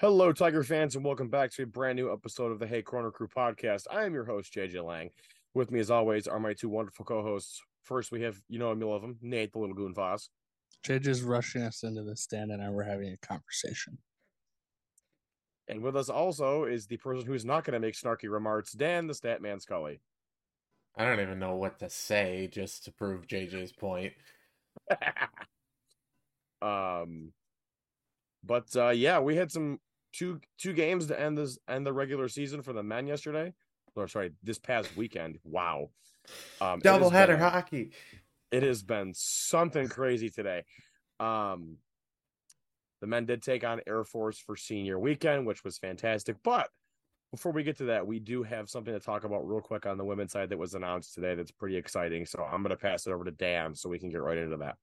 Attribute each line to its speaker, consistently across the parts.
Speaker 1: Hello, Tiger fans, and welcome back to a brand new episode of the Hey Corner Crew podcast. I am your host, JJ Lang. With me, as always, are my two wonderful co hosts. First, we have, you know him, you love him, Nate, the little goon Voss.
Speaker 2: JJ's rushing us into the stand, and I were having a conversation.
Speaker 1: And with us also is the person who's not going to make snarky remarks, Dan, the stat man Scully.
Speaker 3: I don't even know what to say just to prove JJ's point.
Speaker 1: um, but uh, yeah, we had some two two games to end this end the regular season for the men yesterday. Or sorry, this past weekend. Wow, um, it has
Speaker 3: Double header
Speaker 1: been a-
Speaker 3: hockey.
Speaker 1: it has been something crazy today. Um, the men did take on Air Force for senior weekend, which was fantastic. But before we get to that, we do have something to talk about real quick on the women's side that was announced today that's pretty exciting. So I'm going to pass it over to Dan so we can get right into that.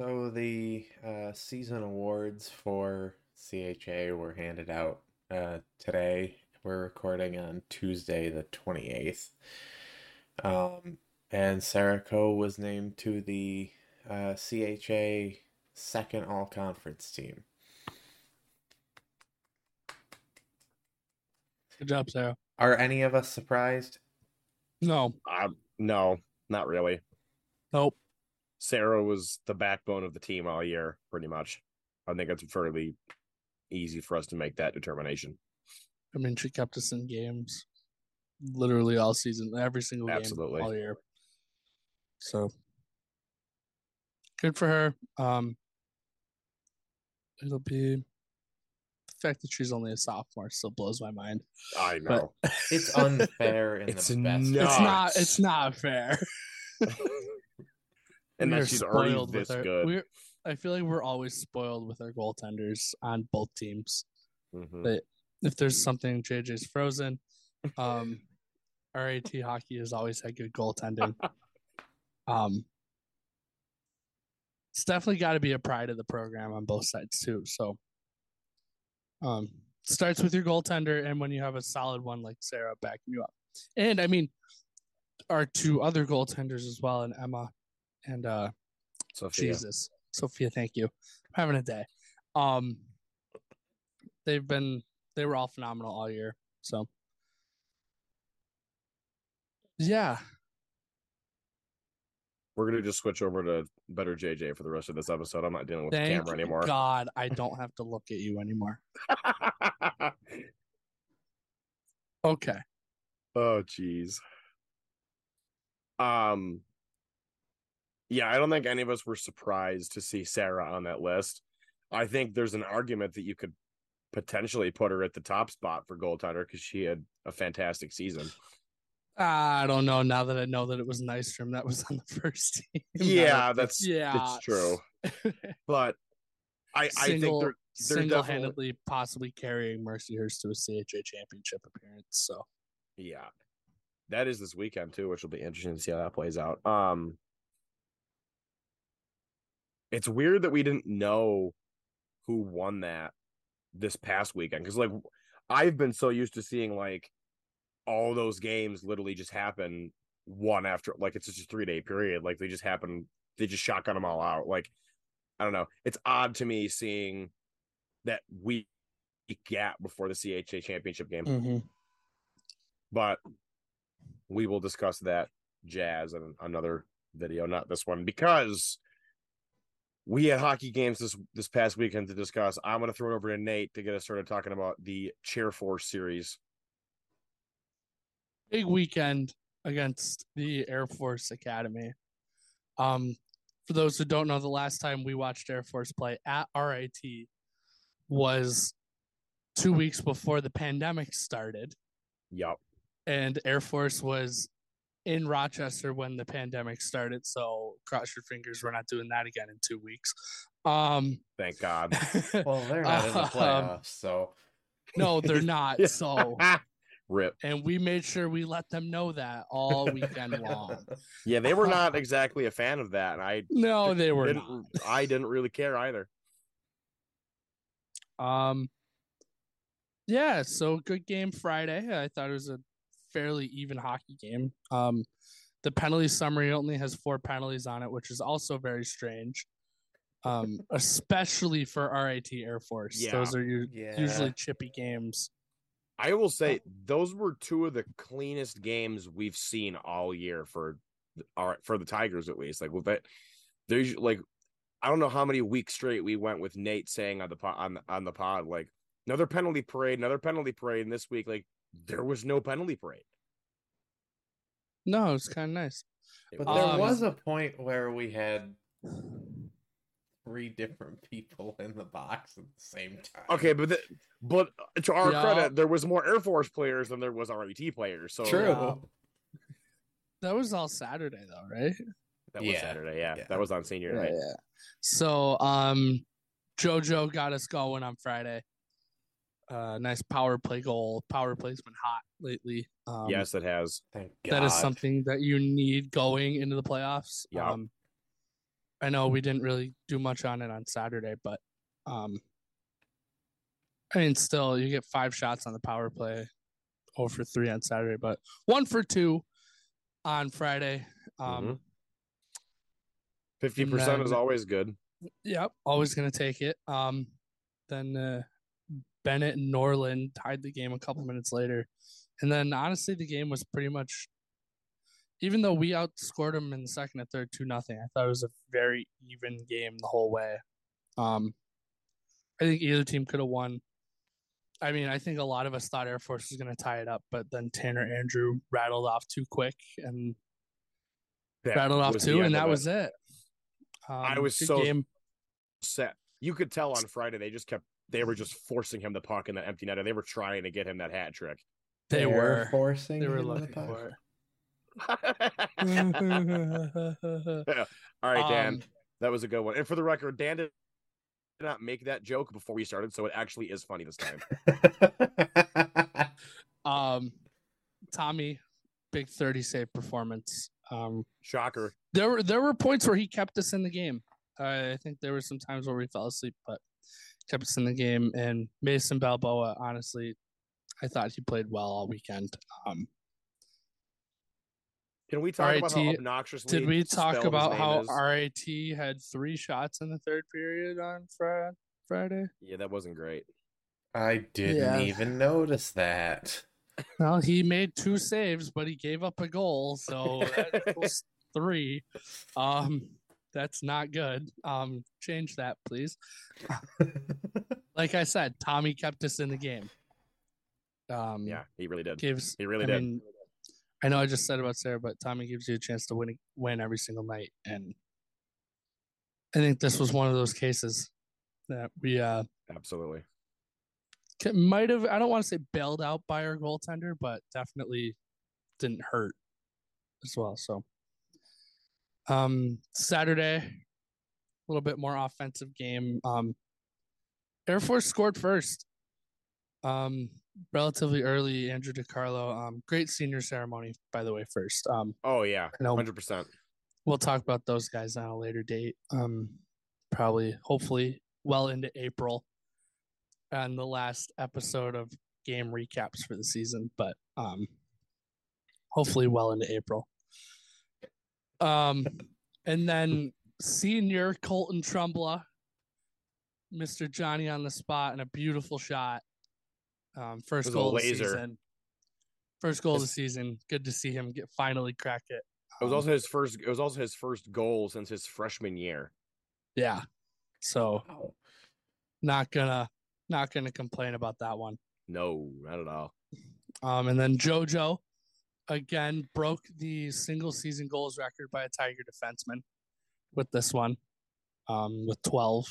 Speaker 3: So the uh, season awards for CHA were handed out uh, today. We're recording on Tuesday, the 28th. Um, and Sarah Coe was named to the uh, CHA second all conference team.
Speaker 2: Good job, Sarah.
Speaker 3: Are any of us surprised?
Speaker 2: No,
Speaker 1: Um, no, not really.
Speaker 2: nope.
Speaker 1: Sarah was the backbone of the team all year, pretty much. I think it's fairly easy for us to make that determination.
Speaker 2: I mean, she kept us in games literally all season, every single
Speaker 1: Absolutely.
Speaker 2: game all year. So good for her. Um, it'll be the fact that she's only a sophomore still blows my mind.
Speaker 1: I
Speaker 2: But-
Speaker 1: know.
Speaker 3: It's unfair in
Speaker 1: It's
Speaker 3: the best. way.
Speaker 2: It's not.
Speaker 1: nuts.
Speaker 2: It's not fair.
Speaker 1: and
Speaker 2: We
Speaker 1: that
Speaker 2: are
Speaker 1: she's already
Speaker 2: spoiled with
Speaker 1: this
Speaker 2: our-
Speaker 1: good.
Speaker 2: We're, I feel like we're always spoiled with our goaltenders on both teams.
Speaker 1: Mhm.
Speaker 2: but if there's something JJ's frozen, um, RAT hockey has always had good goaltending. um, it's definitely got to be a pride of the program on both sides too. So, um, starts with your goaltender, and when you have a solid one like Sarah backing you up, and I mean, our two other goaltenders as well, and Emma and uh,
Speaker 1: Sophia.
Speaker 2: Jesus. Sophia, thank you. I'm having a day. Um they've been they were all phenomenal all year. So yeah.
Speaker 1: We're gonna just switch over to better JJ for the rest of this episode. I'm not dealing with the
Speaker 2: Thank
Speaker 1: camera anymore.
Speaker 2: God I don't have to look at you anymore. Okay.
Speaker 1: oh jeez. Um yeah, I don't think any of us were surprised to see Sarah on that list. I think there's an argument that you could potentially put her at the top spot for goaltender because she had a fantastic season.
Speaker 2: I don't know now that I know that it was Nystrom that was on the first team.
Speaker 1: Yeah, that's
Speaker 2: yeah.
Speaker 1: it's true. But I I think
Speaker 2: Single-
Speaker 1: they're they're
Speaker 2: Single
Speaker 1: definitely
Speaker 2: handedly possibly carrying Mercyhurst to a CHA championship appearance. So
Speaker 1: Yeah. That is this weekend too, which will be interesting to see how that plays out. Um It's weird that we didn't know who won that this past weekend cuz like I've been so used to seeing like all those games literally just happen one after like it's just a 3-day period like they just happen they just shotgun them all out like I don't know. It's odd to me seeing that week gap before the CHA championship game but we will discuss that jazz in another video, not this one, because we had hockey games this this past weekend to discuss. I'm going to throw it over to Nate to get us started talking about the Chair Force series.
Speaker 2: big weekend against the Air Force Academy. Um, for those who don't know, the last time we watched Air Force play at RIT was two weeks before the pandemic started,
Speaker 1: Yup.
Speaker 2: and Air Force was in Rochester when the pandemic started. So cross your fingers, we're not doing that again in two weeks. Um,
Speaker 1: Thank God.
Speaker 3: Well, they're not in the
Speaker 2: Um,
Speaker 3: playoffs, so
Speaker 2: no, they're not. So,
Speaker 1: Rip.
Speaker 2: and we made sure we let them know that all weekend long.
Speaker 1: Yeah, they were not exactly a fan of that, and I
Speaker 2: No, they were not.
Speaker 1: didn't. I didn't really care either.
Speaker 2: Um, yeah, so good game Friday. I thought it was a fairly even hockey game. Um, the penalty summary only has four penalties on it, which is also very strange. um, especially for RIT Air Force.
Speaker 1: Yeah.
Speaker 2: Those are u-
Speaker 3: Yeah.
Speaker 2: usually chippy games.
Speaker 1: I will say those were two of the cleanest games we've seen all year for our for the Tigers at least. Like with that, there's like I don't know how many weeks straight we went with Nate saying on the pod on the, on the pod like another penalty parade, another penalty parade, and this week like there was no penalty parade.
Speaker 2: No, it's kind of nice.
Speaker 1: It
Speaker 3: But
Speaker 1: was-
Speaker 3: there
Speaker 2: Um,
Speaker 3: was a point where we had three different people in the box at the same time.
Speaker 1: okay, but the, but to our
Speaker 2: Yeah.
Speaker 1: credit, there was more Air Force players than there was RET players. So
Speaker 3: true.
Speaker 2: Yeah. That was all Saturday though, right?
Speaker 1: that was
Speaker 3: Yeah.
Speaker 1: Saturday. Yeah,
Speaker 3: Yeah.
Speaker 1: that was on senior night.
Speaker 2: yeah. So um Jojo got us going on Friday. Uh nice power play goal. Power play's been hot lately. Um
Speaker 1: yes, it has.
Speaker 3: Thank God.
Speaker 2: that is something that you need going into the playoffs.
Speaker 1: Yeah.
Speaker 2: Um I know we didn't really do much on it on Saturday, but um I mean still you get five shots on the power play over for three on Saturday, but one for two on Friday. Um
Speaker 1: Fifty percent is
Speaker 2: then-
Speaker 1: always good.
Speaker 2: Yep, always gonna take it. Um, then uh, Bennett and Norland tied the game a couple minutes later, and then honestly, the game was pretty much. Even though we outscored them in the second and third two nothing, I thought it was a very even game the whole way. Um, I think either team could have won. I mean, I think a lot of us thought Air Force was going to tie it up, but then Tanner Andrew rattled off too quick and
Speaker 1: That
Speaker 2: rattled off
Speaker 1: was the
Speaker 2: two,
Speaker 1: end
Speaker 2: and
Speaker 1: of
Speaker 2: that
Speaker 1: it.
Speaker 2: was it. Um,
Speaker 1: I was
Speaker 2: good
Speaker 1: so
Speaker 2: game.
Speaker 1: set. You could tell on Friday they just kept they were just forcing him the puck in that empty net, and they were trying to get him that hat trick.
Speaker 2: They
Speaker 3: They're
Speaker 2: were.
Speaker 3: forcing.
Speaker 2: They were
Speaker 3: him to
Speaker 2: looking
Speaker 3: talk.
Speaker 2: for it.
Speaker 1: All right, Dan,
Speaker 2: Um,
Speaker 1: that was a good one. And for the record, Dan did not make that joke before we started, so it actually is funny this time.
Speaker 2: um, Tommy, big thirty save performance. Um,
Speaker 1: Shocker.
Speaker 2: there were there were points where he kept us in the game. I I think there were some times where we fell asleep, but kept us in the game. And Mason Balboa, honestly, I thought he played well all weekend. Um,
Speaker 1: Can we talk about how
Speaker 2: RIT,
Speaker 1: obnoxiously
Speaker 2: did we
Speaker 1: spelled
Speaker 2: talk
Speaker 1: his
Speaker 2: about
Speaker 1: name
Speaker 2: how
Speaker 1: is?
Speaker 2: RIT had three shots in the third period on Fri Friday?
Speaker 1: Yeah, that wasn't great.
Speaker 3: I didn't
Speaker 2: Yeah.
Speaker 3: even notice that.
Speaker 2: Well, he made two saves, but he gave up a goal, so that equals three. Um, that's not good. Um, change that, please. Like I said, Tommy kept us in the game. Um,
Speaker 1: Yeah, he really did.
Speaker 2: gives.
Speaker 1: He really
Speaker 2: I
Speaker 1: did.
Speaker 2: mean, I know I just said about Sarah, but Tommy gives you a chance to win win every single night, and I think this was one of those cases that we uh
Speaker 1: Absolutely.
Speaker 2: ca- might have. I don't want to say bailed out by our goaltender, but definitely didn't hurt as well. So, um, Saturday, a little bit more offensive game. Um, Air Force scored first, um, relatively early. Andrew DiCarlo, um, great senior ceremony by the way. First, um,
Speaker 1: Oh yeah,
Speaker 2: I know
Speaker 1: hundred percent.
Speaker 2: we'll talk about those guys on a later date. Um, probably, hopefully, well into April, on the last episode of game recaps for the season. But um, hopefully, well into April. Um, and then senior Colton Trumbla, Mister Johnny on the spot, and a beautiful shot. Um, first
Speaker 1: was a
Speaker 2: goal of the
Speaker 1: laser.
Speaker 2: season. First goal of the
Speaker 1: It's-
Speaker 2: season. Good to see him get finally crack it.
Speaker 1: It was
Speaker 2: Um,
Speaker 1: also his first. It was also his first goal since his freshman year.
Speaker 2: Yeah. So
Speaker 3: Wow.
Speaker 2: not gonna not gonna complain about that one.
Speaker 1: No, not at all.
Speaker 2: Um and then JoJo again broke the single season goals record by a Tiger defenseman with this one. Um with twelve.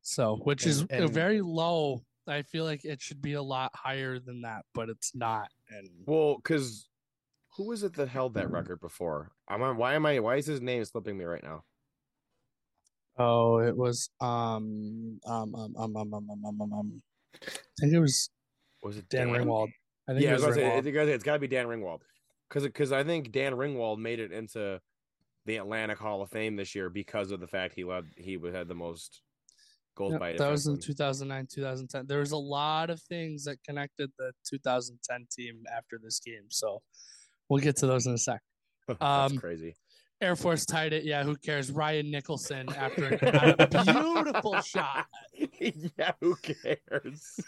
Speaker 2: So which is
Speaker 3: And- and-
Speaker 2: very low. I feel like it should be a lot higher than that, but it's not. And
Speaker 1: Well, because who was it that held that record before? I'm on, why am I? Why is his name slipping me right now?
Speaker 2: oh, it was um um um um um um um um. um, um. I think it was
Speaker 1: Was it
Speaker 2: Dan Ringwald. I think
Speaker 1: yeah, I
Speaker 2: it
Speaker 1: was gonna
Speaker 2: was
Speaker 1: say, I
Speaker 2: Ringwald.
Speaker 1: think- I think it's got to be Dan Ringwald because because I think Dan Ringwald made it into the Atlantic Hall of Fame this year because of the fact he led he was- had the most goals
Speaker 2: Yep,
Speaker 1: by a
Speaker 2: that was in
Speaker 1: defenseman.
Speaker 2: 2009 2010 there was a lot of things that connected the 2010 team after this game so we'll get to those in a sec
Speaker 1: That's
Speaker 2: um,
Speaker 1: crazy.
Speaker 2: Air Force tied it. Yeah, who cares? Ryan Nicholson after a beautiful shot.
Speaker 1: yeah, who cares?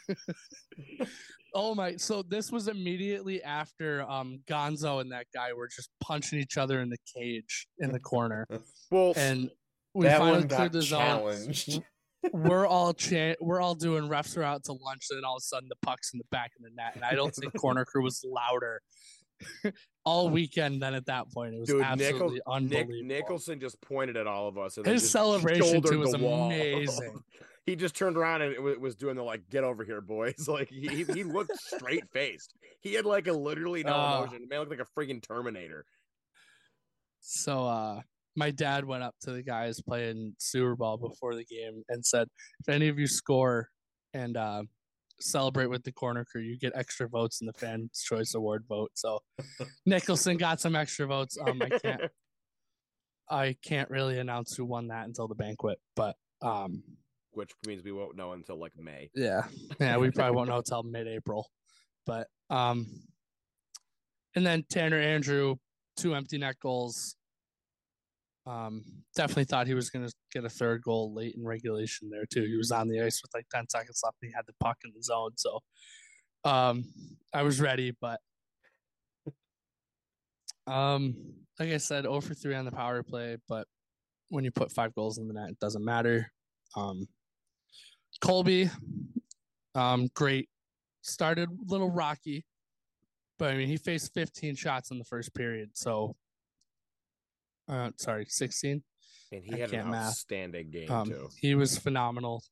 Speaker 2: Oh my! So this was immediately after um, Gonzo and that guy were just punching each other in the cage in the corner,
Speaker 1: Well,
Speaker 2: and we
Speaker 3: that
Speaker 2: finally
Speaker 3: one
Speaker 2: cleared Mm.
Speaker 3: got
Speaker 2: the zone.
Speaker 3: challenged.
Speaker 2: We're all cha- we're all doing refs are out to lunch, and then all of a sudden the puck's in the back of the net, and I don't think corner crew was louder all weekend. Then at that point, it was
Speaker 1: dude,
Speaker 2: absolutely
Speaker 1: Nichol- Nick,
Speaker 2: unbelievable.
Speaker 1: Nicholson just pointed at all of us. And then
Speaker 2: His
Speaker 1: just
Speaker 2: celebration
Speaker 1: shouldered
Speaker 2: too was
Speaker 1: the wall.
Speaker 2: amazing.
Speaker 1: he just turned around and it wa- was doing the like, "Get over here, boys!" Like he, he he looked straight faced. He had like a literally no
Speaker 2: Ah.
Speaker 1: emotion. The man looked like a freaking Terminator.
Speaker 2: So uh my dad went up to the guys playing Super Bowl before the game and said, if any of you score and uh, celebrate with the corner crew, you get extra votes in the Fans Choice Award vote. So Nicholson got some extra votes. Um, I can't I can't really announce who won that until the banquet, but um,
Speaker 1: Which means we won't know until like May.
Speaker 2: yeah, yeah, we probably won't know till mid-April, but um, and then Tanner Andrew, two empty net goals. Um, definitely thought he was gonna get a third goal late in regulation there too. He was on the ice with like ten seconds left. And he had the puck in the zone, so um, I was ready, but um, like I said, 0 for three on the power play. But when you put five goals in the net, it doesn't matter. Um, Colby, um, great. Started a little rocky, but I mean, he faced 15 shots in the first period. So, uh, sorry, 16.
Speaker 1: And
Speaker 2: I
Speaker 1: he had an
Speaker 2: can't math.
Speaker 1: outstanding game
Speaker 2: Um,
Speaker 1: too.
Speaker 2: he was phenomenal,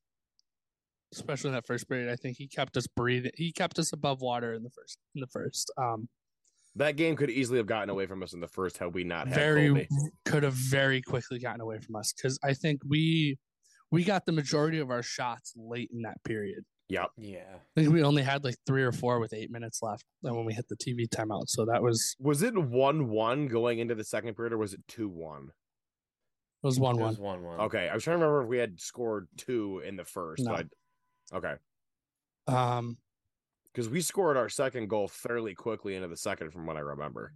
Speaker 2: especially in that first period. I think he kept us breathing. He kept us above water in the first. In the first, um,
Speaker 1: That game could easily have gotten away from us in the first had we not had
Speaker 2: very
Speaker 1: Colby.
Speaker 2: could have very quickly gotten away from us because I think we we got the majority of our shots late in that period.
Speaker 3: yeah.
Speaker 2: I think we only had like three or four with eight minutes left and when we hit the TV timeout. So that was
Speaker 1: Was it one one going into the second period or was it two one?
Speaker 2: it was one
Speaker 3: It
Speaker 2: one.
Speaker 3: was one one.
Speaker 1: Okay, I was trying to remember if we had scored two in the first.
Speaker 2: No.
Speaker 1: But okay,
Speaker 2: Um,
Speaker 1: because we scored our second goal fairly quickly into the second, from what I remember.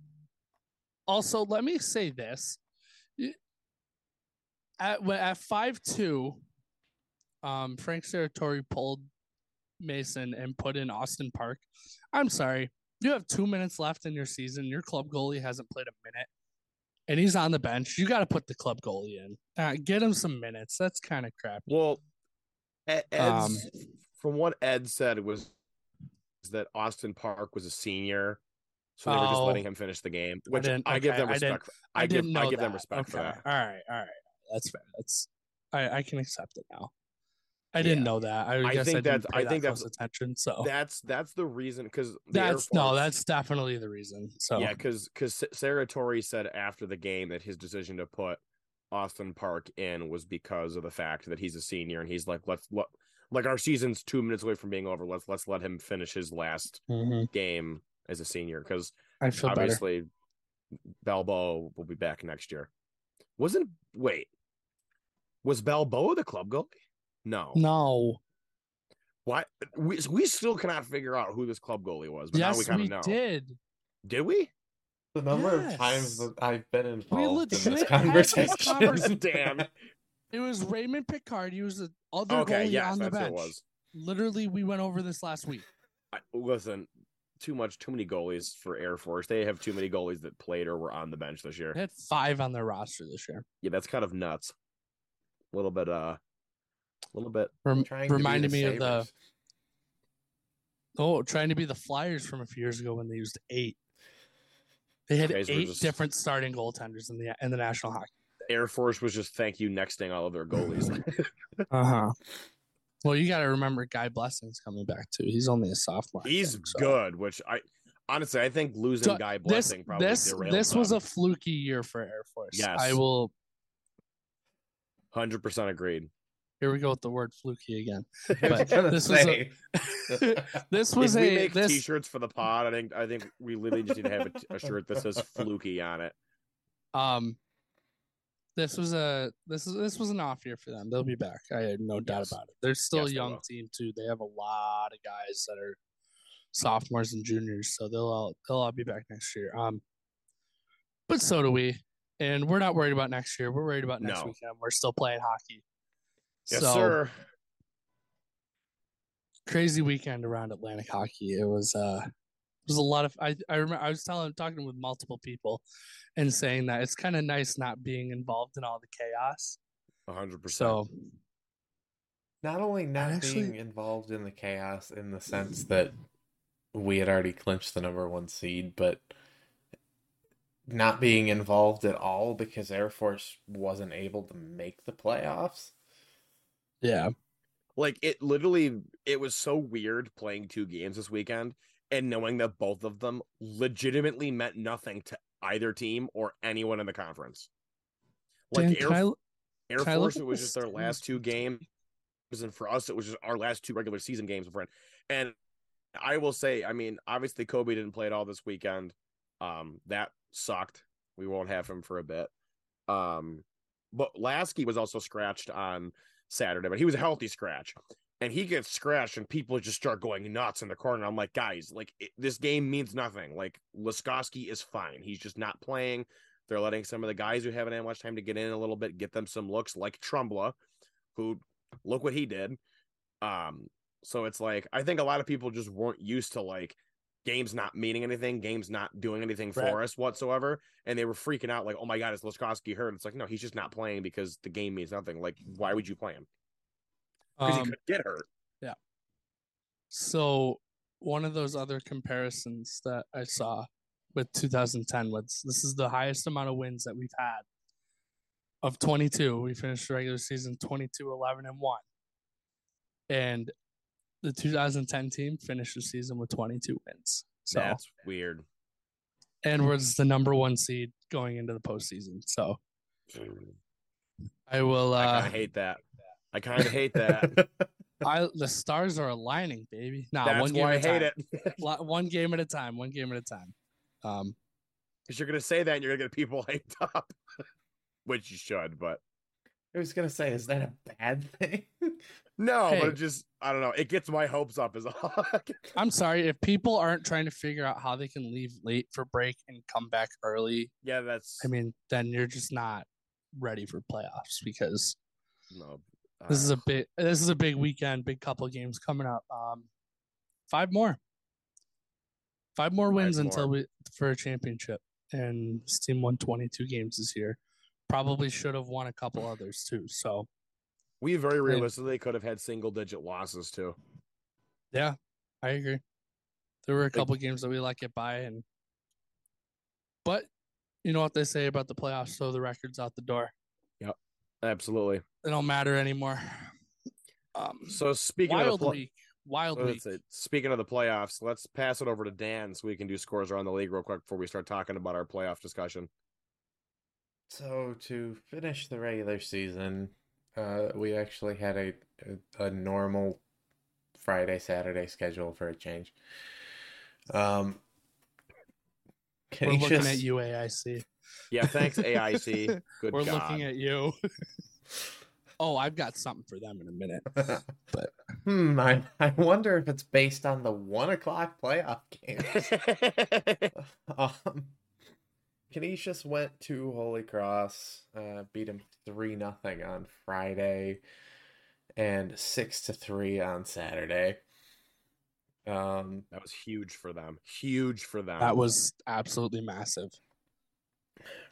Speaker 2: also, let me say this: Y- at when- at five two, um, Frank Serratori pulled Mason and put in Austin Park. I'm sorry, you have two minutes left in your season. Your club goalie hasn't played a minute, and he's on the bench. You got to put the club goalie in. Uh, get him some minutes. That's kind of crap.
Speaker 1: Well, E- Ed's,
Speaker 2: Um,
Speaker 1: from what Ed said was is that Austin Park was a senior, so they were just
Speaker 2: Oh.
Speaker 1: letting him finish the game. Which I,
Speaker 2: didn't-
Speaker 1: give
Speaker 2: okay,
Speaker 1: them
Speaker 2: I didn't-
Speaker 1: respect. for- I, give
Speaker 2: didn't
Speaker 1: I
Speaker 2: know
Speaker 1: give them
Speaker 2: that.
Speaker 1: respect for
Speaker 2: Okay.
Speaker 1: that.
Speaker 2: All right, all right, that's fair. That's I, I can accept it now. I didn't
Speaker 1: Yeah.
Speaker 2: know that. I, guess
Speaker 1: think
Speaker 2: I didn't
Speaker 1: that's-
Speaker 2: pay
Speaker 1: I
Speaker 2: that
Speaker 1: think that's-
Speaker 2: close attention. So
Speaker 1: That's that's the reason because
Speaker 2: Oh. that's no, that's definitely the reason. So
Speaker 1: Yeah, because because Sarah Torrey said after the game that his decision to put Austin Park in was because of the fact that he's a senior and he's like let's let, like our season's two minutes away from being over. Let's let's let him finish his last
Speaker 2: Mhm.
Speaker 1: game as a senior because
Speaker 2: I feel better.
Speaker 1: obviously Balboa will be back next year. Wasn't wait was Balboa the club goalie? No,
Speaker 2: No,
Speaker 1: Why we we still cannot figure out who this club goalie was, but now we
Speaker 2: yes,
Speaker 1: kind
Speaker 2: we,
Speaker 1: of know.
Speaker 2: did.
Speaker 1: Did we?
Speaker 3: The number of
Speaker 2: Yes.
Speaker 3: times that I've been
Speaker 2: We
Speaker 3: involved in this
Speaker 2: legit had this
Speaker 3: conversation.
Speaker 2: conversation.
Speaker 1: Damn.
Speaker 2: It was Raymond Picard. He was the other
Speaker 1: Okay,
Speaker 2: goalie
Speaker 1: yes,
Speaker 2: on the
Speaker 1: that's who
Speaker 2: bench.
Speaker 1: it was.
Speaker 2: Literally, we went over this last week.
Speaker 1: I, listen, too much, too many goalies for Air Force. They have too many goalies that played or were on the bench this year.
Speaker 2: They had five on their roster this year.
Speaker 1: Yeah, that's kind of nuts. A little bit, uh, a little bit.
Speaker 2: Rem-
Speaker 3: Trying to be
Speaker 2: reminded
Speaker 3: the
Speaker 2: me of the
Speaker 3: Sabres.
Speaker 2: Oh, trying to be the Flyers from a few years ago when they used eight. They had
Speaker 1: Guys were
Speaker 2: eight
Speaker 1: just-
Speaker 2: different starting goaltenders in the in the National Hockey.
Speaker 1: Air Force was just thank you nexting all of their goalies.
Speaker 2: Uh huh. Well, you got to remember Guy Blessing's coming back too. He's only a sophomore. I
Speaker 1: He's
Speaker 2: think, so.
Speaker 1: good, which I honestly I think losing
Speaker 2: So,
Speaker 1: Guy
Speaker 2: This
Speaker 1: Blessing probably
Speaker 2: this
Speaker 1: derailed
Speaker 2: this was
Speaker 1: them.
Speaker 2: a fluky year for Air Force.
Speaker 1: Yes.
Speaker 2: I will.
Speaker 1: hundred percent agreed.
Speaker 2: Here we go with the word fluky again.
Speaker 3: I was
Speaker 2: But
Speaker 3: gonna
Speaker 2: this was
Speaker 3: say.
Speaker 2: This
Speaker 1: If
Speaker 2: was
Speaker 1: we
Speaker 2: a
Speaker 1: make
Speaker 2: this
Speaker 1: T-shirts for the pod, I think I think we literally just need to have a t- a shirt that says "Fluky" on it.
Speaker 2: um. This was a this is this was an off year for them. They'll be back. I had no doubt
Speaker 1: Yes.
Speaker 2: about it. They're still
Speaker 1: Yes,
Speaker 2: a
Speaker 1: they
Speaker 2: young
Speaker 1: will.
Speaker 2: team too. They have a lot of guys that are sophomores and juniors, so they'll all they'll all be back next year. Um, but so do we. And we're not worried about next year. We're worried about next
Speaker 1: No.
Speaker 2: weekend. We're still playing hockey.
Speaker 1: Yes, sir.
Speaker 2: crazy weekend around Atlantic hockey. It was uh it was a lot of I I remember I was telling talking with multiple people and saying that it's kind of nice not being involved in all the chaos.
Speaker 1: 100%.
Speaker 2: So
Speaker 3: Not only not
Speaker 2: actually-
Speaker 3: being involved in the chaos in the sense that we had already clinched the number one seed, but not being involved at all because Air Force wasn't able to make the playoffs.
Speaker 2: yeah,
Speaker 1: like it literally it was so weird playing two games this weekend and knowing that both of them legitimately meant nothing to either team or anyone in the conference.
Speaker 2: Dan,
Speaker 1: Like
Speaker 2: can I-
Speaker 1: Air, Air
Speaker 2: can I look
Speaker 1: Force,
Speaker 2: at
Speaker 1: it was
Speaker 2: the
Speaker 1: just their last two games, and for us, it was just our last two regular season games, my friend. And I will say, I mean, obviously Kobe didn't play at all this weekend. Um, that sucked. We won't have him for a bit. Um, but Lasky was also scratched on Saturday, but he was a healthy scratch. And he gets scratched, and people just start going nuts in the corner. I'm like, guys, like it, this game means nothing. Like Laskowski is fine; he's just not playing. They're letting some of the guys who haven't had much time to get in a little bit get them some looks, like Trumbla, who look what he did. Um, so it's like I think a lot of people just weren't used to like games not meaning anything, games not doing anything for
Speaker 2: Right.
Speaker 1: us whatsoever, and they were freaking out like, "Oh my god, is Laskowski hurt?" It's like, no, he's just not playing because the game means nothing. Like, why would you play him? Because
Speaker 2: um,
Speaker 1: he could get hurt.
Speaker 2: so one of those other comparisons that I saw with 2010 was this is the highest amount of wins that we've had of 22. We finished the regular season 22, 11, and 1. And the 2010 team finished the season with 22 wins. So,
Speaker 1: That's weird.
Speaker 2: and was the number one seed going into the postseason. So, I will,
Speaker 1: I kind
Speaker 2: uh,
Speaker 1: of hate that. I kind of hate that.
Speaker 2: I, the stars are aligning, baby. Nah,
Speaker 1: That's
Speaker 2: one game
Speaker 1: why I
Speaker 2: at a
Speaker 1: hate
Speaker 2: time.
Speaker 1: it.
Speaker 2: Lo- One game at a time. One game at a time. Um,
Speaker 1: Because you're gonna say that, and you're gonna get people hyped up, which you should. But
Speaker 3: I was gonna say, is that a bad thing?
Speaker 1: no,
Speaker 2: Hey.
Speaker 1: but it just I don't know. It gets my hopes up as all.
Speaker 2: I'm sorry if people aren't trying to figure out how they can leave late for break and come back early.
Speaker 1: yeah, that's
Speaker 2: I mean, then you're just not ready for playoffs because
Speaker 1: no.
Speaker 2: this is
Speaker 1: uh,
Speaker 2: a big this is a big weekend, big couple games coming up. Um, five more, five more wins
Speaker 1: Five
Speaker 2: until
Speaker 1: more.
Speaker 2: we for a championship. And this team won 22 games this year. Probably should have won a couple others too. So
Speaker 1: we very realistically could have had single digit losses too.
Speaker 2: yeah, I agree. There were a couple games that we let get by, and but you know what they say about the playoffs: throw the records out the door.
Speaker 1: Absolutely.
Speaker 2: They don't matter anymore. Um,
Speaker 1: So speaking of the
Speaker 2: wild
Speaker 1: pl-
Speaker 2: week, wild
Speaker 1: so
Speaker 2: week.
Speaker 1: that's it. speaking of the playoffs, let's pass it over to Dan so we can do scores around the league real quick before we start talking about our playoff discussion.
Speaker 3: So to finish the regular season, uh, we actually had a, a a normal Friday Saturday schedule for a change. Um,
Speaker 2: We're looking
Speaker 3: Canisius-
Speaker 2: at you, AIC.
Speaker 1: Yeah, thanks AIC. Good
Speaker 2: We're
Speaker 1: God.
Speaker 2: looking at you. oh, I've got something for them in a minute. But-
Speaker 3: hmm, I, I wonder if it's based on the one o'clock playoff game. um, Canisius went to Holy Cross, uh, beat him three nothing on Friday, and six to three on Saturday. Um,
Speaker 1: that was huge for them. Huge for them.
Speaker 2: That was absolutely massive.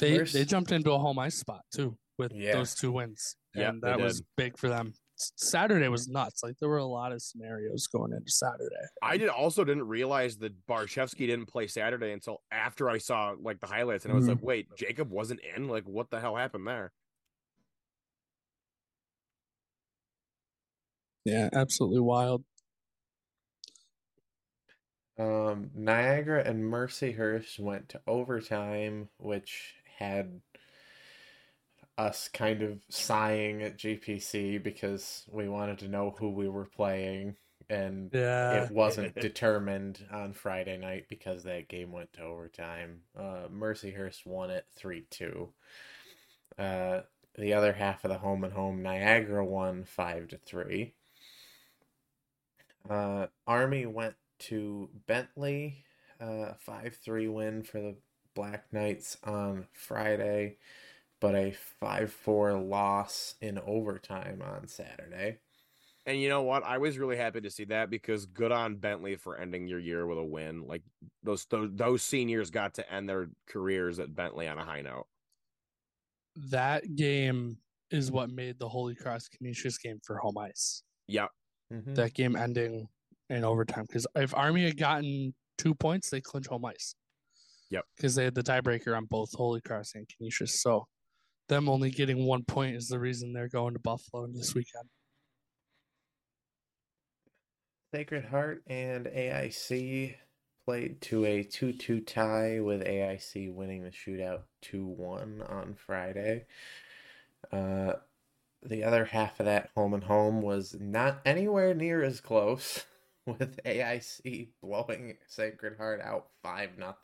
Speaker 2: They
Speaker 3: First-
Speaker 2: they jumped into a home ice spot too with
Speaker 3: Yeah.
Speaker 2: those two wins,
Speaker 1: Yeah,
Speaker 2: and
Speaker 1: they
Speaker 2: that was big for them. S- Saturday was nuts. Like there were a lot of scenarios going into Saturday.
Speaker 1: I did also didn't realize that Barshevsky didn't play Saturday until after I saw like the highlights and I was
Speaker 2: Mhm.
Speaker 1: like, wait, Jacob wasn't in? Like what the hell happened there?
Speaker 2: Yeah, absolutely wild.
Speaker 3: um, Niagara and Mercyhurst went to overtime, which had us kind of sighing at GPC because we wanted to know who we were playing and
Speaker 2: Yeah,
Speaker 3: it wasn't determined on Friday night because that game went to overtime. Uh, Mercyhurst won it 3 2. Uh, the other half of the home and home, Niagara won 5 to 3. Uh, Army went to Bentley, uh, 5 3 win for the Black Knights on Friday, but a 5 4 loss in overtime on Saturday.
Speaker 1: And you know what? I was really happy to see that because good on Bentley for ending your year with a win. Like those those, those seniors got to end their careers at Bentley on a high note.
Speaker 2: That game is what made the Holy Cross Canisius game for home ice.
Speaker 1: Yep.
Speaker 3: Mhm.
Speaker 2: That game ending in overtime because if Army had gotten two points, they clinch home ice.
Speaker 1: Yep.
Speaker 2: Because they had the tiebreaker on both Holy Cross and Canisius. So them only getting one point is the reason they're going to Buffalo this weekend.
Speaker 3: Sacred Heart and AIC played to a 2 2 tie, with AIC winning the shootout 2 1 on Friday. Uh, the other half of that home and home was not anywhere near as close, with AIC blowing Sacred Heart out 5 0.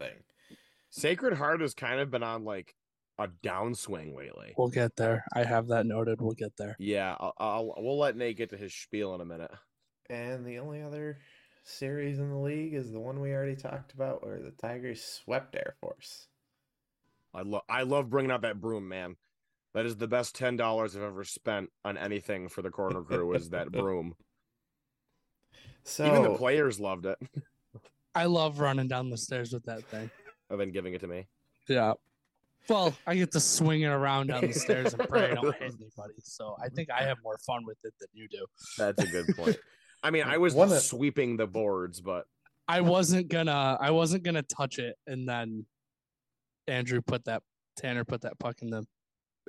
Speaker 1: Sacred Heart has kind of been on like a downswing lately.
Speaker 2: We'll get there. I have that noted. We'll get there.
Speaker 1: Yeah, I'll, I'll we'll let Nate get to his spiel in a minute.
Speaker 3: And the only other series in the league is the one we already talked about, where the Tigers swept Air Force.
Speaker 1: I love I love bringing out that broom, man. That is the best ten dollars I've ever spent on anything for the corner crew. Is that broom?
Speaker 3: So
Speaker 1: Even the players loved it.
Speaker 2: I love running down the stairs with that thing.
Speaker 1: I've been giving it to me.
Speaker 2: Yeah. Well, I get to swing it around down the stairs and pray I don't hit anybody. So I think I have more fun with it than you do.
Speaker 1: That's a good point. I mean, I was
Speaker 3: One of-
Speaker 1: sweeping the boards, but
Speaker 2: I wasn't gonna I wasn't gonna touch it and then Andrew put that Tanner put that puck in the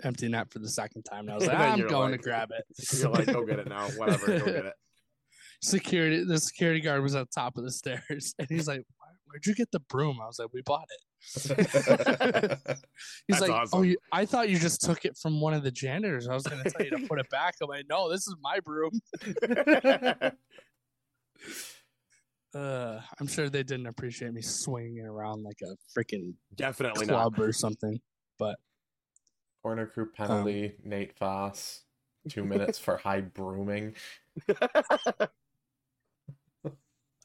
Speaker 2: empty net for the second time and I was like,
Speaker 1: And then
Speaker 2: I'm
Speaker 1: you're
Speaker 2: going
Speaker 1: like-
Speaker 2: to grab it.
Speaker 1: you're like, go get it now. Whatever, go get it.
Speaker 2: Security the security guard was at the top of the stairs and he's like, "Why- Where'd you get the broom? I was like, We bought it. He's
Speaker 1: That's
Speaker 2: like,
Speaker 1: awesome.
Speaker 2: oh, you, I thought you just took it from one of the janitors. I was going to tell you to put it back. I'm like, no, this is my broom. Uh, I'm sure they didn't appreciate me swinging it around like a freaking
Speaker 1: Definitely not.
Speaker 2: club or something.
Speaker 3: Corner crew penalty, Nate Foss. Two minutes for high brooming.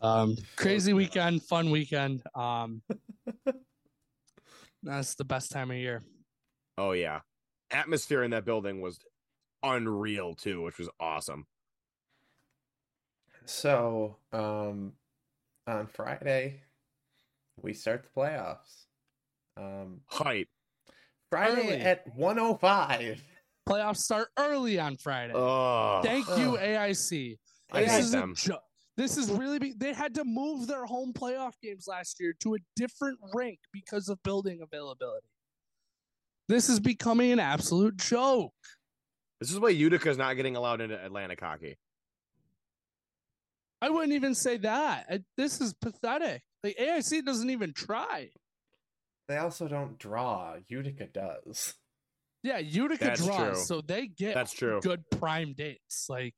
Speaker 2: Um, crazy weekend, fun weekend. Um, that's the best time of year.
Speaker 1: Oh yeah, atmosphere in that building was unreal too, which was awesome.
Speaker 3: So, um, on Friday, we start the playoffs. Um,
Speaker 1: Hype.
Speaker 3: Friday
Speaker 2: Early.
Speaker 3: at 105.
Speaker 2: Playoffs start early on Friday.
Speaker 1: Oh,
Speaker 2: Thank you,
Speaker 3: Ugh.
Speaker 2: AIC.
Speaker 1: I
Speaker 2: this
Speaker 1: hate
Speaker 2: is a
Speaker 1: them.
Speaker 2: jo- this is really be- they had to move their home playoff games last year to a different rink because of building availability. This is becoming an absolute joke.
Speaker 1: This is why Utica's not getting allowed into Atlantic hockey.
Speaker 2: I wouldn't even say that. I- this is pathetic. Like AIC doesn't even try.
Speaker 3: They also don't draw. Utica does.
Speaker 2: Yeah, Utica
Speaker 1: That's
Speaker 2: draws,
Speaker 1: true.
Speaker 2: so they get
Speaker 1: That's true.
Speaker 2: good prime dates. Like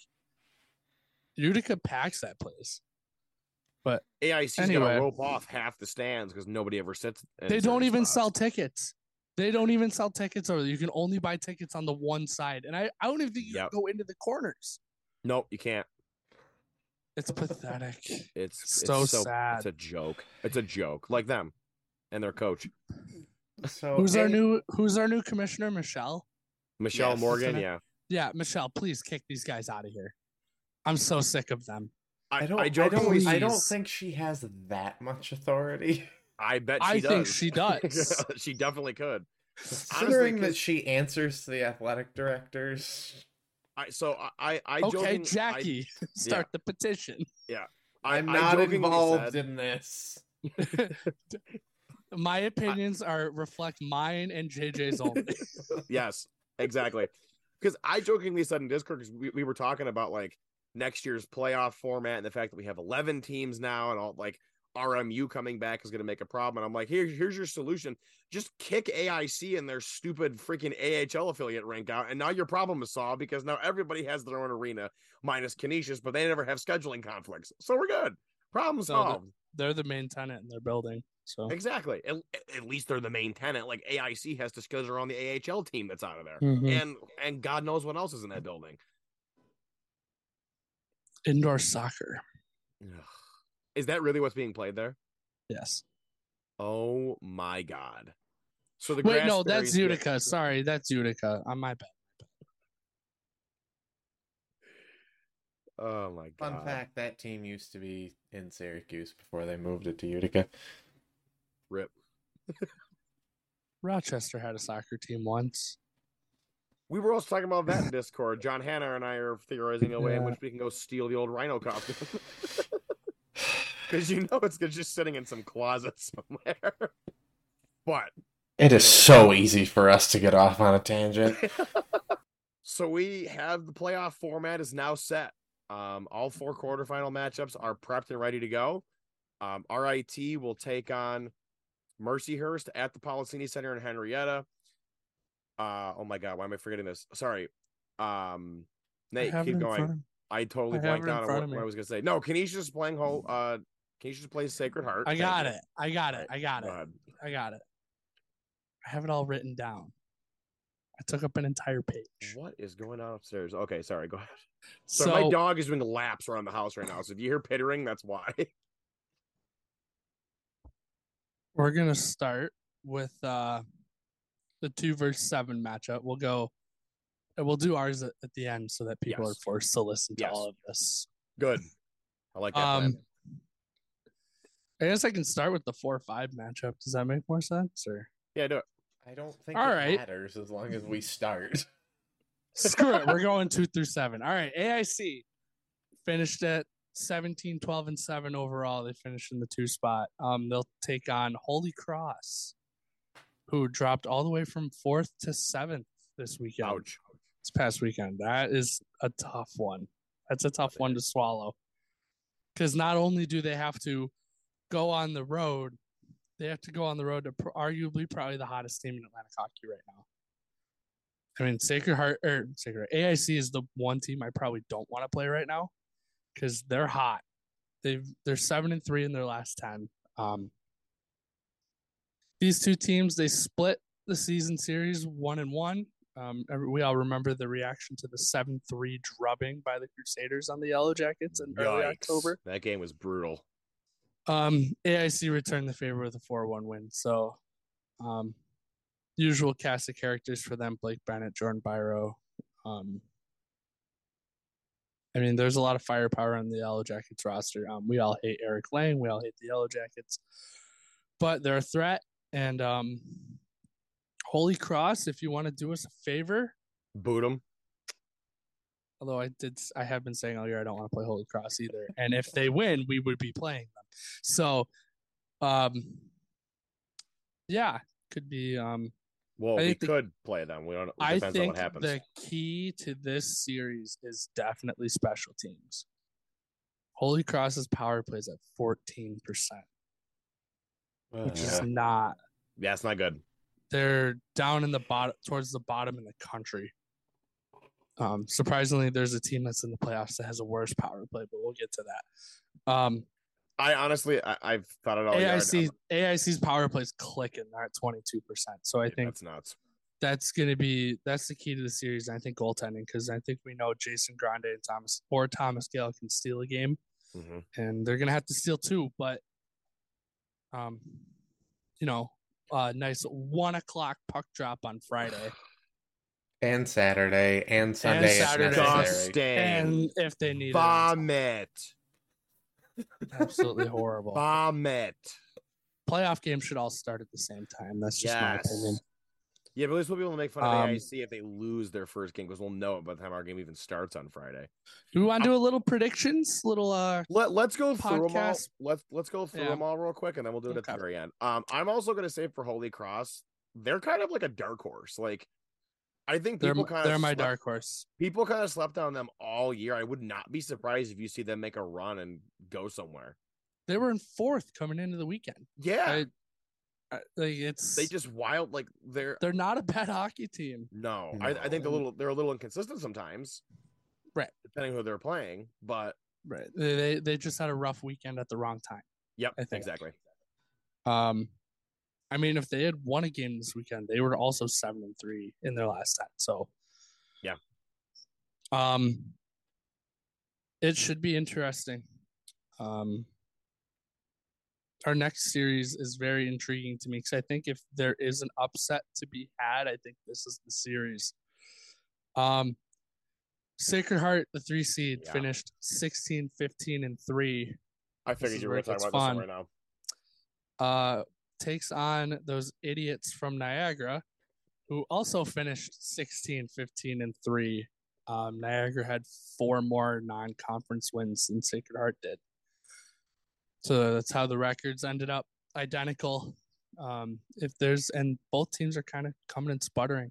Speaker 2: Utica packs that place.
Speaker 1: AIC's
Speaker 2: Anyway.
Speaker 1: gonna rope off half the stands because nobody ever sits. in
Speaker 2: they don't
Speaker 1: certain
Speaker 2: even
Speaker 1: spots.
Speaker 2: sell tickets. They don't even sell tickets over there. You can only buy tickets on the one side. And I, I don't even think you
Speaker 1: Yep.
Speaker 2: can go into the corners.
Speaker 1: Nope, you can't.
Speaker 2: It's pathetic.
Speaker 1: It's, it's
Speaker 2: So
Speaker 1: so,
Speaker 2: sad.
Speaker 1: It's a joke. It's a joke. Like them and their coach
Speaker 3: So
Speaker 2: Who's our
Speaker 3: A-
Speaker 2: new who's our new commissioner, Michelle?
Speaker 1: Michelle
Speaker 3: Yes.
Speaker 1: Morgan.
Speaker 2: Isn't it?
Speaker 1: Yeah,
Speaker 2: Yeah, Michelle, please kick these guys out of here. I'm so sick of them.
Speaker 1: I,
Speaker 3: I don't.
Speaker 1: I
Speaker 3: I don't.
Speaker 1: jokingly
Speaker 2: please.
Speaker 3: I don't think she has that much authority.
Speaker 1: I bet she
Speaker 2: I
Speaker 1: does.
Speaker 2: think she does.
Speaker 1: she definitely could.
Speaker 3: Considering that
Speaker 1: 'cause-
Speaker 3: she answers to the athletic directors,
Speaker 1: I so I I, I
Speaker 2: okay,
Speaker 1: joking- I-
Speaker 2: Jackie, start the petition.
Speaker 1: I-
Speaker 3: I'm
Speaker 1: I
Speaker 3: not
Speaker 1: jokingly
Speaker 3: involved
Speaker 1: said-
Speaker 3: in this.
Speaker 2: My opinions are reflect mine and JJ's only.
Speaker 1: yes, exactly. Because I jokingly said in Discord because we, we were talking about like next year's playoff format and the fact that we have eleven teams now and all like RMU coming back is going to make a problem. And I'm like, here, here's your solution: just kick AIC and their stupid freaking AHL affiliate rank out, and now your problem is solved because now everybody has their own arena minus Canisius, but they never have scheduling conflicts, so we're good. Problem
Speaker 2: So the-
Speaker 1: solved.
Speaker 2: They're the main tenant in their building. So
Speaker 1: Exactly. At, at least they're the main tenant. Like AIC has to schedule on the AHL team that's out of there,
Speaker 2: Mhm.
Speaker 3: Mm.
Speaker 1: and and God knows what else is in that building.
Speaker 2: indoor soccer.
Speaker 1: Is that really what's being played there?
Speaker 2: Yes.
Speaker 1: Oh my god! So the
Speaker 2: Wait, no,
Speaker 1: Grassberries
Speaker 2: that's
Speaker 1: get-
Speaker 2: Utica. Sorry, that's Utica. On my bad.
Speaker 1: Oh my god!
Speaker 3: Fun fact that team used to be in Syracuse before they moved it to Utica.
Speaker 1: Rip.
Speaker 2: Rochester had a soccer team once.
Speaker 1: We were also talking about that in Discord. John Hannah and I are theorizing a way in
Speaker 2: Yeah.
Speaker 1: which we can go steal the old rhino costume. Because you know it's good just sitting in some closet somewhere. But
Speaker 3: It is so easy for us to get off on a tangent.
Speaker 1: so we have the playoff format is now set. Um, all four
Speaker 2: Mm-hmm.
Speaker 1: quarterfinal matchups are prepped and ready to go. Um, RIT will take on Mercyhurst at the Policini Center in Henrietta. Uh, oh my God, why am I forgetting this? Sorry. Um,
Speaker 2: I
Speaker 1: Nate,
Speaker 2: have it
Speaker 1: keep
Speaker 2: in
Speaker 1: going.
Speaker 2: front of-
Speaker 1: I totally
Speaker 2: I have
Speaker 1: blanked
Speaker 2: it in
Speaker 1: out on
Speaker 2: front
Speaker 1: what,
Speaker 2: of me. Mm.
Speaker 1: what I was gonna say. No, Canisius is playing whole. Uh, Canisius plays Sacred Heart.
Speaker 2: I
Speaker 1: Thank
Speaker 2: got
Speaker 1: you.
Speaker 2: it. I got it.
Speaker 1: Alright,
Speaker 2: I got
Speaker 1: Go
Speaker 2: it.
Speaker 1: ahead.
Speaker 2: I got it. I have it all written down. I took up an entire page.
Speaker 1: What is going on upstairs? Okay, sorry. Go ahead. So,
Speaker 2: So,
Speaker 1: my dog is doing laps around the house right now. So if you hear pittering, that's why.
Speaker 2: we're gonna start with uh the two versus seven matchup. We'll go. and We'll do ours at at the end so that people
Speaker 1: Yes.
Speaker 2: are forced to listen to
Speaker 1: Yes.
Speaker 2: all of this.
Speaker 1: Good. I like that.
Speaker 2: Um,
Speaker 1: plan.
Speaker 2: I guess I can start with the four five matchup. Does that make more sense? Or
Speaker 1: Yeah, do it.
Speaker 3: I don't think
Speaker 2: All
Speaker 3: it
Speaker 2: right.
Speaker 3: matters as long as we start.
Speaker 2: screw it, we're going two through seven. All right, AIC finished at 17, 12, and seven overall. They finished in the two spot. Um, they'll take on Holy Cross, who dropped all the way from fourth to seventh this weekend.
Speaker 1: Ouch.
Speaker 2: This past weekend, that is a tough one. That's a tough one to swallow. Because not only do they have to go on the road, they have to go on the road to pr- arguably probably the hottest team in Atlantic hockey right now. I mean, Sacred Heart or Sacred Heart, AIC is the one team I probably don't want to play right now because they're hot. They've they're seven and three in their last ten. Um, these two teams they split the season series one and one. Um, every- we all remember the reaction to the seven three drubbing by the Crusaders on the Yellow Jackets in early
Speaker 1: Yikes.
Speaker 2: October.
Speaker 1: That game was brutal.
Speaker 2: Um, AIC returned the favor with a 4 1 win. So, um, usual cast of characters for them Blake Bennett, Jordan Byro. Um, I mean, there's a lot of firepower on the Yellow Jackets roster. Um, we all hate Eric Lang. We all hate the Yellow Jackets, but they're a threat. And um, Holy Cross, if you want to do us a favor,
Speaker 1: Boot him.
Speaker 2: although I did I have been saying all year I don't want to play Holy Cross either. And if they win, we would be playing them. So um yeah, could be um
Speaker 1: Well,
Speaker 2: I
Speaker 1: we
Speaker 2: think the-
Speaker 1: could play them. We don't. It
Speaker 2: I
Speaker 1: depends on
Speaker 2: think
Speaker 1: what happens.
Speaker 2: the key to this series is definitely special teams. Holy Cross's power plays at 14%, which is
Speaker 3: Uh,
Speaker 2: not
Speaker 1: Yeah, it's not good.
Speaker 2: they're down in the bottom towards the bottom in the country. Um, surprisingly, there's a team that's in the playoffs that has a worse power play, but we'll get to that. Um,
Speaker 1: I honestly, Oh, I, I've thought it all. year.
Speaker 2: AIC AIC's power plays clicking. They're at twenty two percent. So I
Speaker 1: Yeah,
Speaker 2: think
Speaker 1: that's nuts.
Speaker 2: that's going to be that's the key to the series. And I think goaltending because I think we know Jason Grande and Thomas or Thomas Gale can steal a game,
Speaker 1: hmm
Speaker 2: and they're going to have to steal two. But, um, you know, uh, nice one o'clock puck drop on Friday,
Speaker 3: and Saturday and Sunday. if
Speaker 2: Saturday.
Speaker 3: necessary.
Speaker 1: Disgusting.
Speaker 2: and if they need it, it's
Speaker 1: Vomit.
Speaker 2: absolutely horrible.
Speaker 1: Vomit.
Speaker 2: Playoff games should all start at the same time. That's just my opinion.
Speaker 1: Yeah, but at least we'll be able to make fun of
Speaker 2: Um,
Speaker 1: the AIC if they lose their first game because we'll know it by the time our game even starts on Friday.
Speaker 2: Do we want to do a little predictions? Little uh,
Speaker 1: Let Let's go through them all.
Speaker 2: Podcast.
Speaker 1: Let's Let's go through
Speaker 2: Yeah.
Speaker 1: them all real quick, and then we'll do it at the
Speaker 2: Okay.
Speaker 1: very end. Um, I'm also going to say for Holy Cross, they're kind of like a dark horse. Like, I think
Speaker 2: they're,
Speaker 1: people
Speaker 2: m-
Speaker 1: kind
Speaker 2: they're
Speaker 1: of
Speaker 2: my
Speaker 1: slept-
Speaker 2: dark horse.
Speaker 1: People kind of slept on them all year. I would not be surprised if you see them make a run and go somewhere.
Speaker 2: They were in fourth coming into the weekend.
Speaker 1: Yeah,
Speaker 2: I, I, like it's
Speaker 1: they just wild like they're
Speaker 2: they're not a bad hockey team.
Speaker 1: No, I, I think they're a
Speaker 3: No.
Speaker 1: little they're a little inconsistent sometimes.
Speaker 2: Right.
Speaker 1: Depending who they're playing, but
Speaker 2: Right. They, they they just had a rough weekend at the wrong time.
Speaker 1: yep,
Speaker 2: I think.
Speaker 1: exactly.
Speaker 2: Um I mean if they had won a game this weekend, they were also seven and three in their last set. So
Speaker 1: Yeah.
Speaker 2: Um it should be interesting. Um our next series is very intriguing to me because I think if there is an upset to be had, I think this is the series. Um, Sacred Heart, the three seed,
Speaker 1: Yeah.
Speaker 2: finished 16, 15, and three.
Speaker 1: I
Speaker 2: This
Speaker 1: figured
Speaker 2: is
Speaker 1: you were
Speaker 2: where
Speaker 1: going to talk
Speaker 2: it
Speaker 1: about this
Speaker 2: gets
Speaker 1: one
Speaker 2: fun.
Speaker 1: right now.
Speaker 2: Uh, takes on those idiots from Niagara, who also finished 16, 15, and three. Um, Niagara had four more non conference wins than Sacred Heart did. So that's how the records ended up identical. Um, if there's and both teams are kind of coming and sputtering.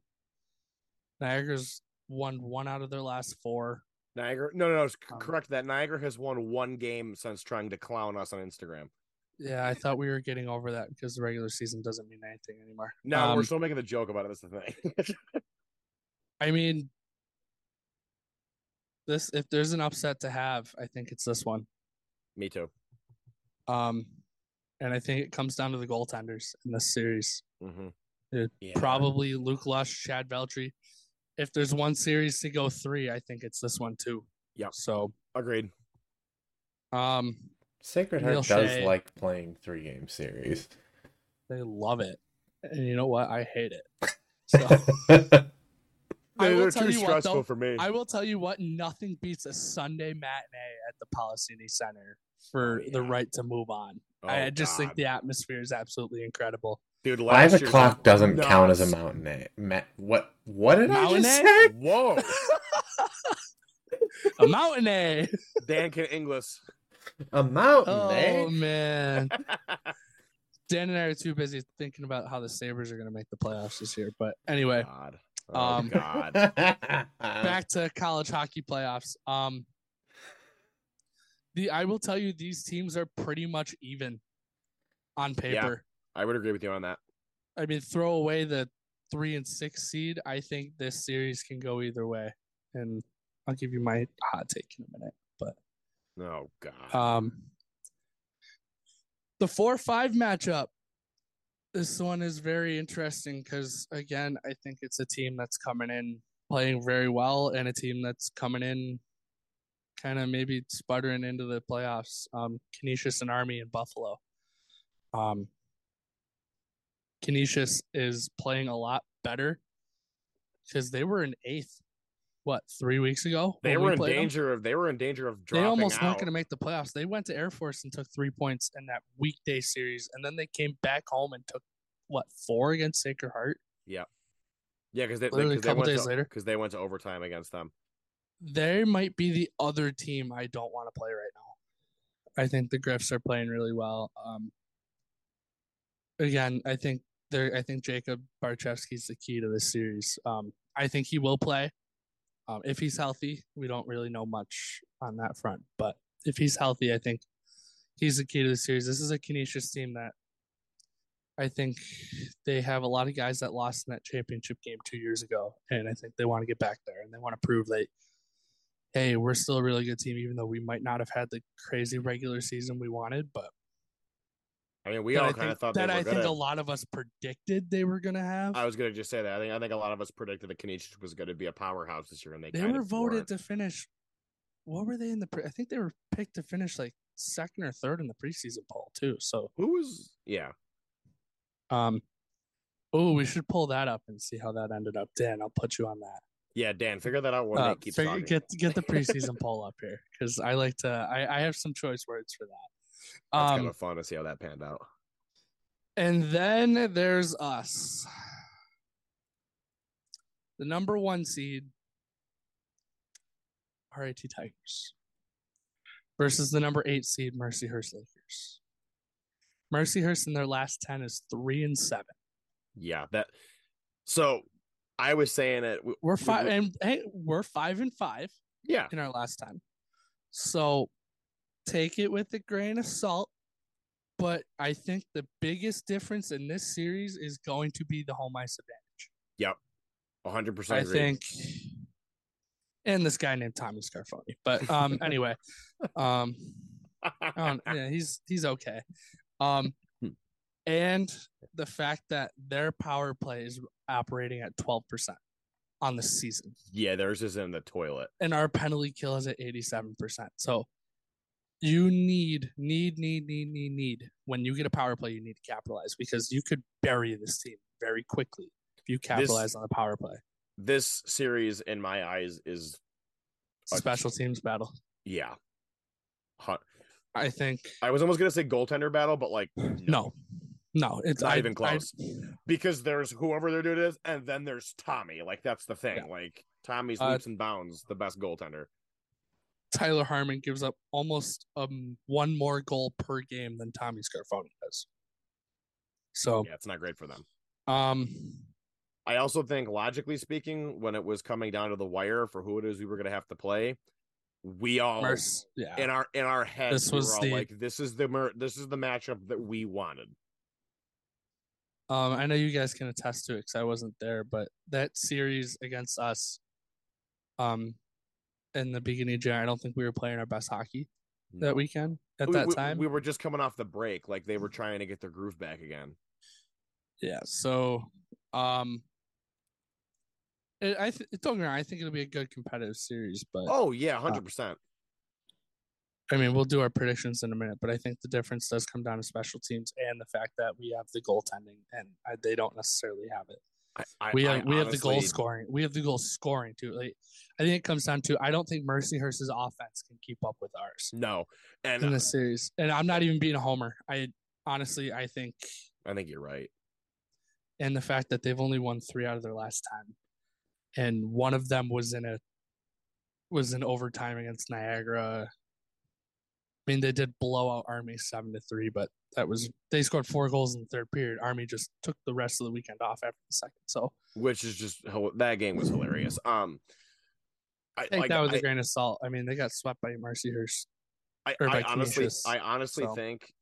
Speaker 2: Niagara's won one out of their last four.
Speaker 1: Niagara, no, no, no, it's c-
Speaker 2: Um,
Speaker 1: correct that Niagara has won one game since trying to clown us on Instagram.
Speaker 2: Yeah, I thought we were getting over that because the regular season doesn't mean anything anymore.
Speaker 1: No, we're
Speaker 2: Um,
Speaker 1: still making the joke about it. That's the thing.
Speaker 2: I mean, this if there's an upset to have, I think it's this one.
Speaker 1: Me too.
Speaker 2: Um, and I think it comes down to the goaltenders in this series.
Speaker 1: Mm-hmm.
Speaker 2: Yeah, Probably Luke Lush, Chad Veltry. If there's one series to go three, I think it's this one too.
Speaker 1: Yep.
Speaker 2: So,
Speaker 1: Agreed.
Speaker 2: um,
Speaker 3: Sacred
Speaker 2: Neil
Speaker 3: Heart does
Speaker 2: Shea.
Speaker 3: like playing three game series.
Speaker 2: they love it, and you know what? I hate it. So I
Speaker 1: They-
Speaker 2: will
Speaker 1: They're
Speaker 2: tell
Speaker 1: too
Speaker 2: you what,
Speaker 1: stressful
Speaker 2: though,
Speaker 1: for me.
Speaker 2: I will tell you what, nothing beats a Sunday matinee at the Policini Center for
Speaker 1: Oh,
Speaker 2: the
Speaker 1: yeah.
Speaker 2: right to move on.
Speaker 1: Oh,
Speaker 2: I just think
Speaker 1: God.
Speaker 2: the atmosphere is absolutely incredible.
Speaker 1: dude.
Speaker 3: Five
Speaker 1: Last year's
Speaker 3: o'clock doesn't
Speaker 1: nuts.
Speaker 3: count as a mountain. Ma- what? What did I
Speaker 2: Mountain?
Speaker 3: just say?
Speaker 1: Whoa,
Speaker 2: A matinee.
Speaker 1: Dan can Inglis.
Speaker 3: A mountain,
Speaker 2: oh
Speaker 3: eh?
Speaker 2: man. Dan and I are too busy thinking about how the Sabres are gonna make the playoffs this year. But anyway,
Speaker 1: God. Oh,
Speaker 2: Um,
Speaker 1: God. Uh,
Speaker 2: back to college hockey playoffs. Um the I will tell you these teams are pretty much even on paper.
Speaker 1: I would agree with you on that.
Speaker 2: I mean, throw away the three and six seed. I think this series can go either way. And I'll give you my hot take in a minute.
Speaker 1: Oh God.
Speaker 2: Um, the four five matchup. This one is very interesting because again, I think it's a team that's coming in playing very well and a team that's coming in kind of maybe sputtering into the playoffs. Um, Canisius and Army in Buffalo. Um, Canisius is playing a lot better because they were in eighth, what three weeks ago?
Speaker 1: they
Speaker 2: when we
Speaker 1: were in
Speaker 2: played them?
Speaker 1: danger of. They were in danger of dropping
Speaker 2: they almost
Speaker 1: out.
Speaker 2: weren't going to make the playoffs. They went to Air Force and took three points in that weekday series, and then they came back home and took what four against Sacred Heart.
Speaker 1: yeah, because they,
Speaker 2: literally a
Speaker 1: because they
Speaker 2: couple
Speaker 1: went
Speaker 2: days
Speaker 1: to,
Speaker 2: later.
Speaker 1: because they went to overtime against them.
Speaker 2: They might be the other team I don't want to play right now. I think the Griffs are playing really well. Um, again, I think they're. I think Jacob Barchevsky's the key to this series. Um, I think he will play um, if he's healthy. We don't really know much on that front, but if he's healthy, I think he's the key to the series. This is a Canisius team that I think they have a lot of guys that lost in that championship game two years ago, and I think they want to get back there and they want to prove that hey, we're still a really good team, even though we might not have had the crazy regular season we wanted, but
Speaker 1: I mean, we
Speaker 2: that
Speaker 1: all
Speaker 2: I
Speaker 1: kind of
Speaker 2: think,
Speaker 1: thought
Speaker 2: that
Speaker 1: they were
Speaker 2: I think
Speaker 1: gonna-
Speaker 2: a lot of us predicted they were going to have.
Speaker 1: I was going to just say that. I think I think a lot of us predicted that Canisius was going to be a powerhouse this year, and they
Speaker 2: they
Speaker 1: kind
Speaker 2: were
Speaker 1: of
Speaker 2: voted
Speaker 1: weren't.
Speaker 2: to finish. What were they in the? Pre- I think they were picked to finish like second or third in the preseason poll too. So,
Speaker 1: Who was? Yeah,
Speaker 2: um, oh, we should pull that up and see how that ended up. Dan, I'll put you on that.
Speaker 1: yeah. Dan, figure that out. One
Speaker 2: Uh,
Speaker 1: day. Keep
Speaker 2: figure-
Speaker 1: talking.
Speaker 2: get get the preseason poll up here because I like to. I, I have some choice words for that.
Speaker 1: That's
Speaker 2: Um,
Speaker 1: kind of fun to see how that panned out.
Speaker 2: And then there's us. The number one seed, RIT Tigers, versus the number eight seed, Mercyhurst Lakers. Mercyhurst in their last 10 is three and seven.
Speaker 1: Yeah, that. So, I was saying it. w-
Speaker 2: We're eh,
Speaker 1: w-
Speaker 2: five,
Speaker 1: w-
Speaker 2: and hey, we're five and five
Speaker 1: Yeah,
Speaker 2: in our last 10. So take it with a grain of salt. But I think the biggest difference in this series is going to be the home ice advantage.
Speaker 1: hundred percent.
Speaker 2: I think, and this guy named Tommy Scarfoni. But um, anyway, um, I don't- yeah, he's he's okay. Um, and the fact that their power play is operating at twelve percent on the season,
Speaker 1: yeah, theirs is in the toilet.
Speaker 2: and our penalty kill is at eighty seven percent. So you need, need, need, need, need, need. When you get a power play, you need to capitalize because you could bury this team very quickly if you capitalize on the power play.
Speaker 1: This series, in my eyes, is a-
Speaker 2: Special teams battle.
Speaker 1: yeah. Hun-
Speaker 2: I think
Speaker 1: I was almost gonna say goaltender battle, but like
Speaker 2: no, no, it's
Speaker 1: Not
Speaker 2: I-
Speaker 1: even
Speaker 2: I-
Speaker 1: close. because there's whoever they're doing it is, and then there's Tommy. Like that's the thing.
Speaker 2: Yeah.
Speaker 1: Like Tommy's
Speaker 2: Uh,
Speaker 1: leaps and bounds the best goaltender.
Speaker 2: Tyler Harmon gives up almost um one more goal per game than Tommy Scarfone does. So
Speaker 1: Yeah, it's not great for them.
Speaker 2: um
Speaker 1: I also think, logically speaking, when it was coming down to the wire for who it is we were going to have to play, we all
Speaker 2: Merce, yeah.
Speaker 1: in our in our heads
Speaker 2: This
Speaker 1: we
Speaker 2: was
Speaker 1: were all
Speaker 2: the-
Speaker 1: like, "This is the mer- this is the matchup that we wanted."
Speaker 2: Um, I know you guys can attest to it because I wasn't there, but that series against us, um, in the beginning of January, I don't think we were playing our best hockey that weekend at
Speaker 1: We-
Speaker 2: that
Speaker 1: we-
Speaker 2: time.
Speaker 1: we were just coming off the break, like they were trying to get their groove back again.
Speaker 2: yeah, so, um, it, I th- don't get me wrong, I think it'll be a good competitive series, but uh,
Speaker 1: Oh yeah, hundred percent.
Speaker 2: I mean, we'll do our predictions in a minute. But I think the difference does come down to special teams and the fact that we have the goaltending, and I, they don't necessarily have it. we have we have the goal scoring. We have the goal scoring too. Like I think it comes down to I don't think Mercyhurst's offense can keep up with ours
Speaker 1: No, and
Speaker 2: in this series. And I'm not even being a homer. I honestly I think
Speaker 1: I think you're right.
Speaker 2: and the fact that they've only won three out of their last ten, and one of them was in a was in overtime against Niagara. I mean, they did blow out Army seven to three, but that was they scored four goals in the third period. Army just took the rest of the weekend off after the second. So
Speaker 1: Which is just hil- that game was hilarious. Um, I,
Speaker 2: I think
Speaker 1: like,
Speaker 2: that was a
Speaker 1: I-
Speaker 2: grain of salt. I mean, they got swept by Mercyhurst.
Speaker 1: I,
Speaker 2: or
Speaker 1: I
Speaker 2: by
Speaker 1: honestly,
Speaker 2: Canisius,
Speaker 1: I honestly
Speaker 2: so.
Speaker 1: think,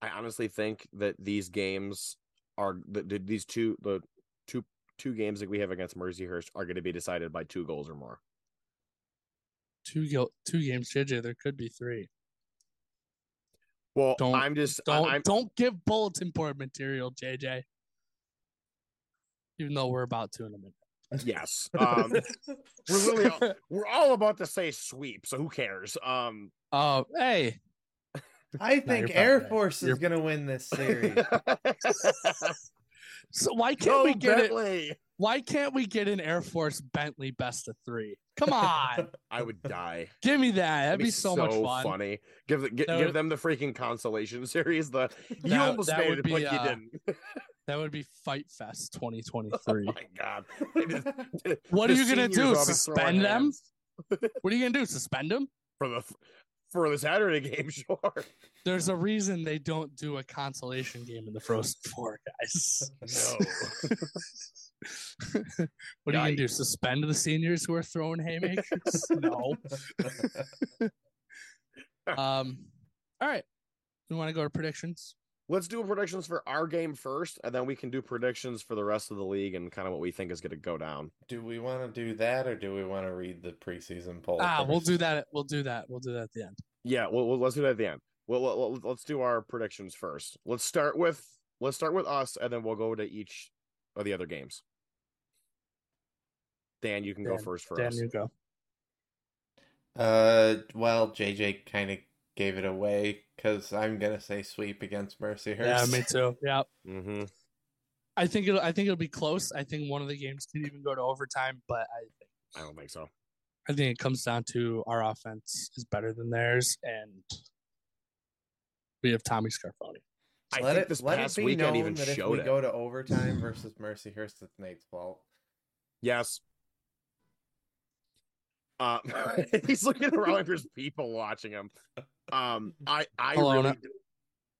Speaker 1: I honestly think that these games are the, the, these two the two two games that we have against Merseyhurst are going to be decided by two goals or more.
Speaker 2: Two gil- two games, JJ. There could be three.
Speaker 1: Well,
Speaker 2: Don't-
Speaker 1: I'm just I-
Speaker 2: Don't
Speaker 1: I'm,
Speaker 2: don't give bulletin board material, JJ. Even though we're about to in a minute.
Speaker 1: yes, um, we're literally all, we're all about to say sweep, so who cares? Um,
Speaker 2: Oh, hey.
Speaker 3: I think
Speaker 2: you're
Speaker 3: Air
Speaker 2: probably right.
Speaker 3: Force
Speaker 2: You're-
Speaker 3: is going to win this series.
Speaker 2: So why can't
Speaker 1: go
Speaker 2: we get it?
Speaker 1: Bentley!
Speaker 2: Why can't we get an Air Force Bentley best of three? Come on,
Speaker 1: I would die.
Speaker 2: give me that. That'd be, so, much fun.
Speaker 1: funny. Give the, gi-
Speaker 2: That
Speaker 1: give
Speaker 2: would-
Speaker 1: them the freaking consolation series. The you
Speaker 2: That-
Speaker 1: almost
Speaker 2: that
Speaker 1: made
Speaker 2: would
Speaker 1: it,
Speaker 2: be,
Speaker 1: but
Speaker 2: uh,
Speaker 1: you didn't.
Speaker 2: That would be Fight Fest 2023.
Speaker 1: My God,
Speaker 2: What are
Speaker 1: The
Speaker 2: you gonna
Speaker 1: seniors all
Speaker 2: do,
Speaker 1: be throwing
Speaker 2: suspend them?
Speaker 1: hands
Speaker 2: what are you gonna do? Suspend them?
Speaker 1: for the for the Saturday game? Sure.
Speaker 2: There's a reason they don't do a consolation game in the Frozen Four, guys.
Speaker 1: No.
Speaker 2: what are you gonna do?
Speaker 1: Yikes.
Speaker 2: Suspend the seniors who are throwing haymakers? no. Um. All right. We want to go to predictions.
Speaker 1: Let's do predictions for our game first, and then we can do predictions for the rest of the league and kind of what we think is going to go down.
Speaker 3: do we want to do that or do we want to read the preseason poll?
Speaker 2: Ah, we'll
Speaker 3: first?
Speaker 2: do that. We'll do that. We'll do that at the end.
Speaker 1: Yeah, well, well, let's do that at the end. Well, let- let- let's do our predictions first. Let's start with let's start with us, and then we'll go to each of the other games. Dan, you can go
Speaker 2: Dan-
Speaker 1: first for
Speaker 2: Dan,
Speaker 1: us.
Speaker 2: you go.
Speaker 3: Uh, well, JJ kind of gave it away because I'm going to say sweep against Mercyhurst.
Speaker 2: Yeah, me too. Yeah,
Speaker 1: Mm-hmm.
Speaker 2: I think it'll. I think it'll be close. I think one of the games could even go to overtime, but I think
Speaker 1: I don't think so.
Speaker 2: I think it comes down to our offense is better than theirs, and we have Tommy Scarfoni.
Speaker 1: I
Speaker 3: let
Speaker 1: think
Speaker 3: it,
Speaker 1: this
Speaker 3: let
Speaker 1: past
Speaker 3: it be
Speaker 1: weekend
Speaker 3: known
Speaker 1: even
Speaker 3: that
Speaker 1: showed
Speaker 3: if we
Speaker 1: it.
Speaker 3: go to overtime versus Mercyhurst, it's Nate's fault.
Speaker 1: Yes. Um, he's looking around like there's people watching him. Um, I I
Speaker 2: Hello,
Speaker 1: really,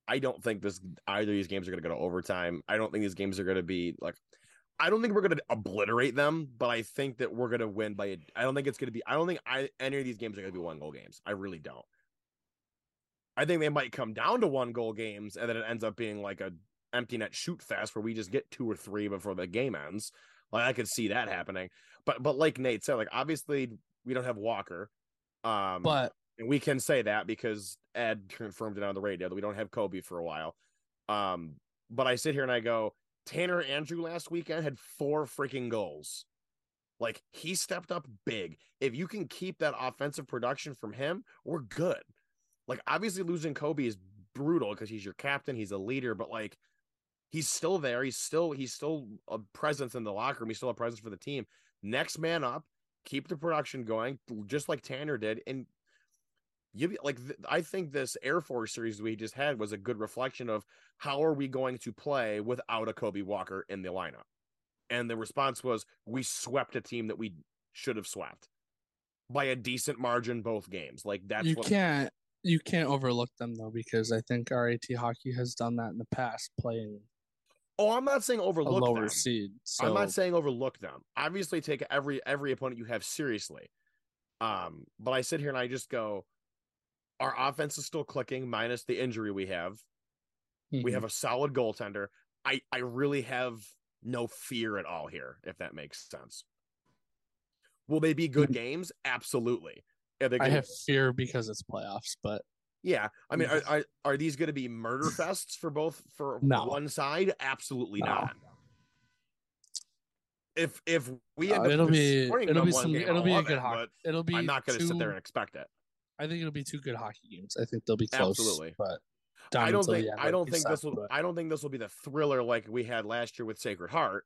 Speaker 1: I don't think this either of these games are going to go to overtime. I don't think these games are going to be like. I don't think we're going to obliterate them, but I think that we're going to win by. A, I don't think it's going to be. I don't think I, any of these games are going to be one goal games. I really don't. I think they might come down to one goal games, and then it ends up being like a empty net shoot fest where we just get two or three before the game ends. Like I could see that happening. But but like Nate said, like obviously we don't have Walker. Um
Speaker 2: But
Speaker 1: and we can say that because Ed confirmed it on the radio that we don't have Kobe for a while. Um but I sit here and I go, Tanner Andrew last weekend had four freaking goals. Like he stepped up big. If you can keep that offensive production from him, we're good. Like obviously losing Kobe is brutal because he's your captain, he's a leader, but like he's still there. He's still he's still a presence in the locker room. He's still a presence for the team. Next man up, keep the production going, just like Tanner did. And you like th- I think this Air Force series we just had was a good reflection of how are we going to play without a Kobe Walker in the lineup. And the response was we swept a team that we should have swept by a decent margin both games. Like that's
Speaker 2: you
Speaker 1: what
Speaker 2: can't you can't overlook them though because I think RAT hockey has done that in the past, playing
Speaker 1: Oh, I'm not saying
Speaker 2: a
Speaker 1: overlook
Speaker 2: lower
Speaker 1: them.
Speaker 2: seed. So
Speaker 1: I'm not saying overlook them. Obviously, take every every opponent you have seriously. Um, but I sit here and I just go, our offense is still clicking, minus the injury we have. We
Speaker 2: mhm.
Speaker 1: have a solid goaltender. I I really have no fear at all here, if that makes sense. Will they be good
Speaker 2: Mhm.
Speaker 1: games? Absolutely. Are they
Speaker 2: I
Speaker 1: gonna-
Speaker 2: have fear because it's playoffs, but
Speaker 1: yeah. I mean, are,
Speaker 2: Yes.
Speaker 1: are are these going to be murder fests for both for
Speaker 2: Mm-hmm. No.
Speaker 1: one side? Absolutely
Speaker 2: No.
Speaker 1: not. If if we
Speaker 2: uh,
Speaker 1: end up
Speaker 2: it'll be
Speaker 1: destroying
Speaker 2: it'll
Speaker 1: them
Speaker 2: be
Speaker 1: one
Speaker 2: some
Speaker 1: game,
Speaker 2: it'll
Speaker 1: I'll
Speaker 2: be a
Speaker 1: love
Speaker 2: good
Speaker 1: it,
Speaker 2: hockey.
Speaker 1: but
Speaker 2: It'll be
Speaker 1: I'm not going to sit
Speaker 2: two-
Speaker 1: there and expect it.
Speaker 2: I think it'll be two good hockey games. I think they'll be close.
Speaker 1: Absolutely.
Speaker 2: but down
Speaker 1: I don't
Speaker 2: until the
Speaker 1: think
Speaker 2: end,
Speaker 1: I
Speaker 2: like
Speaker 1: don't
Speaker 2: you
Speaker 1: think
Speaker 2: said,
Speaker 1: this will
Speaker 2: but-
Speaker 1: I don't think this will be the thriller like we had last year with Sacred Heart,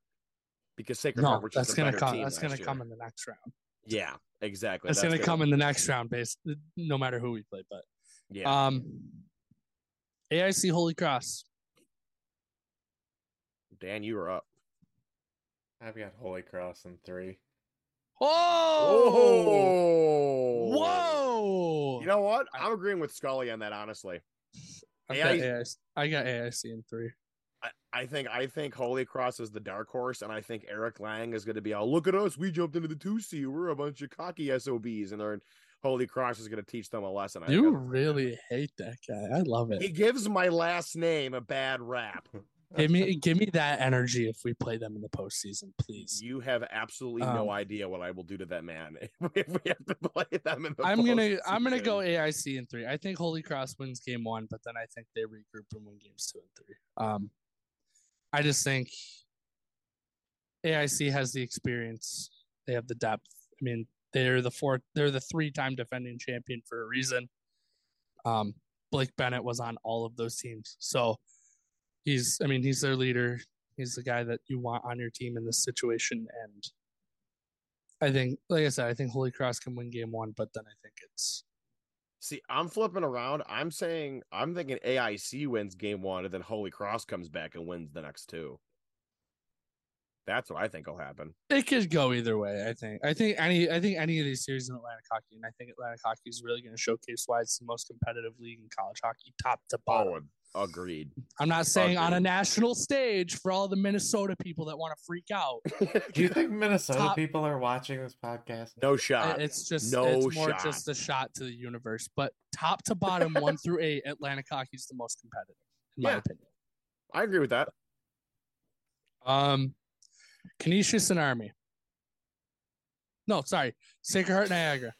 Speaker 1: because Sacred
Speaker 2: no,
Speaker 1: Heart, which
Speaker 2: that's
Speaker 1: is a
Speaker 2: gonna
Speaker 1: better
Speaker 2: come.
Speaker 1: team
Speaker 2: That's
Speaker 1: last
Speaker 2: gonna
Speaker 1: year.
Speaker 2: come in the next round.
Speaker 1: Yeah, exactly.
Speaker 2: That's, gonna, come in the next round, based no matter who we play. But
Speaker 1: Yeah,
Speaker 2: um, AIC Holy Cross.
Speaker 1: Dan, you were up.
Speaker 3: I've got Holy Cross in three.
Speaker 2: Oh, whoa!
Speaker 1: You know what? I'm agreeing with Scully on that. Honestly,
Speaker 2: I've got
Speaker 1: AIC
Speaker 2: AIC I got AIC in three.
Speaker 1: I, I think I think Holy Cross is the dark horse, and I think Eric Lang is going to be all look at us. We jumped into the two C. We're a bunch of cocky SOBs, and our Holy Cross is going to teach them a lesson. I think
Speaker 2: You
Speaker 1: that's-
Speaker 2: really hate that guy. I love
Speaker 1: he
Speaker 2: it.
Speaker 1: gives my last name a bad rap.
Speaker 2: Give me, give me that energy if we play them in the postseason, please.
Speaker 1: You have absolutely no
Speaker 2: Um,
Speaker 1: idea what I will do to that man if we have to play them in the.
Speaker 2: I'm gonna, I'm gonna
Speaker 1: postseason.
Speaker 2: go AIC in three. I think Holy Cross wins game one, but then I think they regroup and win games two and three. Um, I just think AIC has the experience. They have the depth. I mean, they're the four, they're the three-time defending champion for a reason. Um, Blake Bennett was on all of those teams, so he's, I mean, he's their leader. He's the guy that you want on your team in this situation, and I think, like I said, I think Holy Cross can win game one, but then I think it's
Speaker 1: See, I'm flipping around. I'm saying I'm thinking AIC wins game one, and then Holy Cross comes back and wins the next two. That's what I think will happen.
Speaker 2: it could go either way. I think. I think any. I think any of these series in Atlantic hockey, and I think Atlantic hockey is really going to showcase why it's the most competitive league in college hockey, top to bottom.
Speaker 1: Oh, agreed.
Speaker 2: I'm not saying on a
Speaker 1: agreed.
Speaker 2: national stage for all the Minnesota people that want to freak out.
Speaker 3: Do you think Minnesota
Speaker 2: Top-
Speaker 3: people are watching this podcast?
Speaker 1: no
Speaker 2: I-
Speaker 1: shot.
Speaker 2: it's just
Speaker 1: no
Speaker 2: it's more
Speaker 1: shot.
Speaker 2: just a shot to the universe. But top to bottom, one through eight, Atlantic hockey is the most competitive, in my
Speaker 1: Yeah.
Speaker 2: opinion.
Speaker 1: I agree with that.
Speaker 2: Um, Canisius and Army. No, sorry, Sacred Heart Niagara.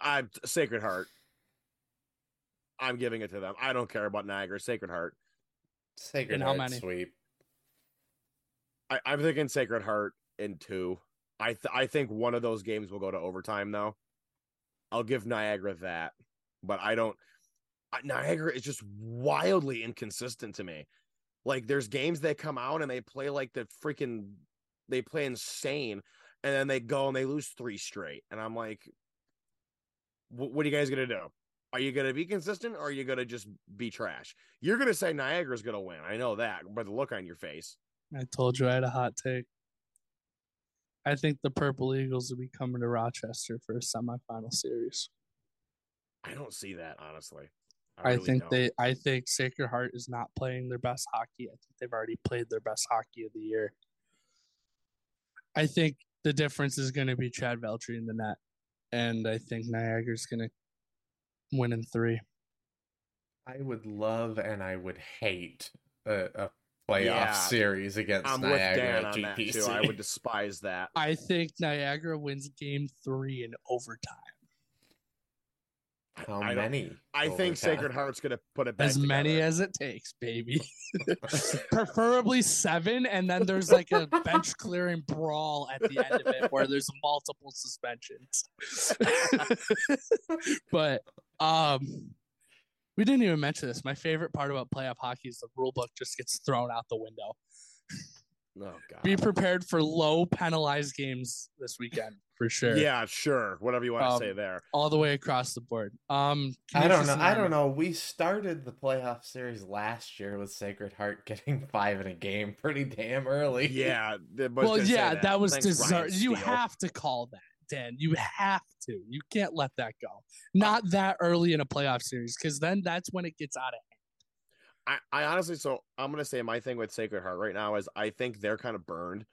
Speaker 1: I'm Sacred Heart. I'm giving it to them. I don't care about Niagara. Sacred Heart.
Speaker 3: Sacred
Speaker 2: And how
Speaker 3: Heart
Speaker 2: many?
Speaker 3: sweep.
Speaker 1: I, I'm thinking Sacred Heart in two. I th- I think one of those games will go to overtime though. I'll give Niagara that, but I don't. I- Niagara is just wildly inconsistent to me. Like there's games they come out and they play like the freaking they play insane, and then they go and they lose three straight, and I'm like, "Wh- what are you guys gonna do? Are you gonna be consistent or are you gonna just be trash? You're gonna say Niagara's gonna win. I know that by the look on your face.
Speaker 2: I told you I had a hot take. I think the Purple Eagles will be coming to Rochester for a semifinal series.
Speaker 1: I don't see that honestly.
Speaker 2: I,
Speaker 1: really
Speaker 2: think
Speaker 1: don't.
Speaker 2: they I think Sacred Heart is not playing their best hockey. I think they've already played their best hockey of the year. I think the difference is going to be Chad Veltry in the net and I think Niagara's going to win in 3.
Speaker 3: I would love and I would hate a, a playoff
Speaker 1: Yeah.
Speaker 3: series against
Speaker 1: I'm with
Speaker 3: Niagara
Speaker 1: Dan on that
Speaker 3: GPC.
Speaker 1: too. I would despise that.
Speaker 2: I think Niagara wins game 3 in overtime.
Speaker 3: How
Speaker 1: I don't-
Speaker 3: many?
Speaker 1: I think
Speaker 3: overtime?
Speaker 1: Sacred Heart's gonna put it back
Speaker 2: as many
Speaker 1: together.
Speaker 2: as it takes, baby. Preferably seven, and then there's like a bench clearing brawl at the end of it where there's multiple suspensions. but um, We didn't even mention this. My favorite part about playoff hockey is the rule book just gets thrown out the window.
Speaker 1: Oh god.
Speaker 2: Be prepared for low penalized games this weekend for sure.
Speaker 1: Yeah, sure. Whatever you want
Speaker 2: Um,
Speaker 1: to say there.
Speaker 2: all the way across the board. Um,
Speaker 3: I don't know.
Speaker 2: Canisius
Speaker 3: I
Speaker 2: and
Speaker 3: don't know. We started the playoff series last year with Sacred Heart getting five in a game pretty damn early.
Speaker 1: Yeah. th- but I was
Speaker 2: Well,
Speaker 1: gonna say
Speaker 2: yeah, that, was
Speaker 1: Thanks, Ryan
Speaker 2: deserved. You
Speaker 1: Steele.
Speaker 2: have to call that, Dan. You have to. You can't let that go. Not that early in a playoff series, because then that's when it gets out of.
Speaker 1: I, I honestly, so I'm gonna say my thing with Sacred Heart right now is I think they're kind of burned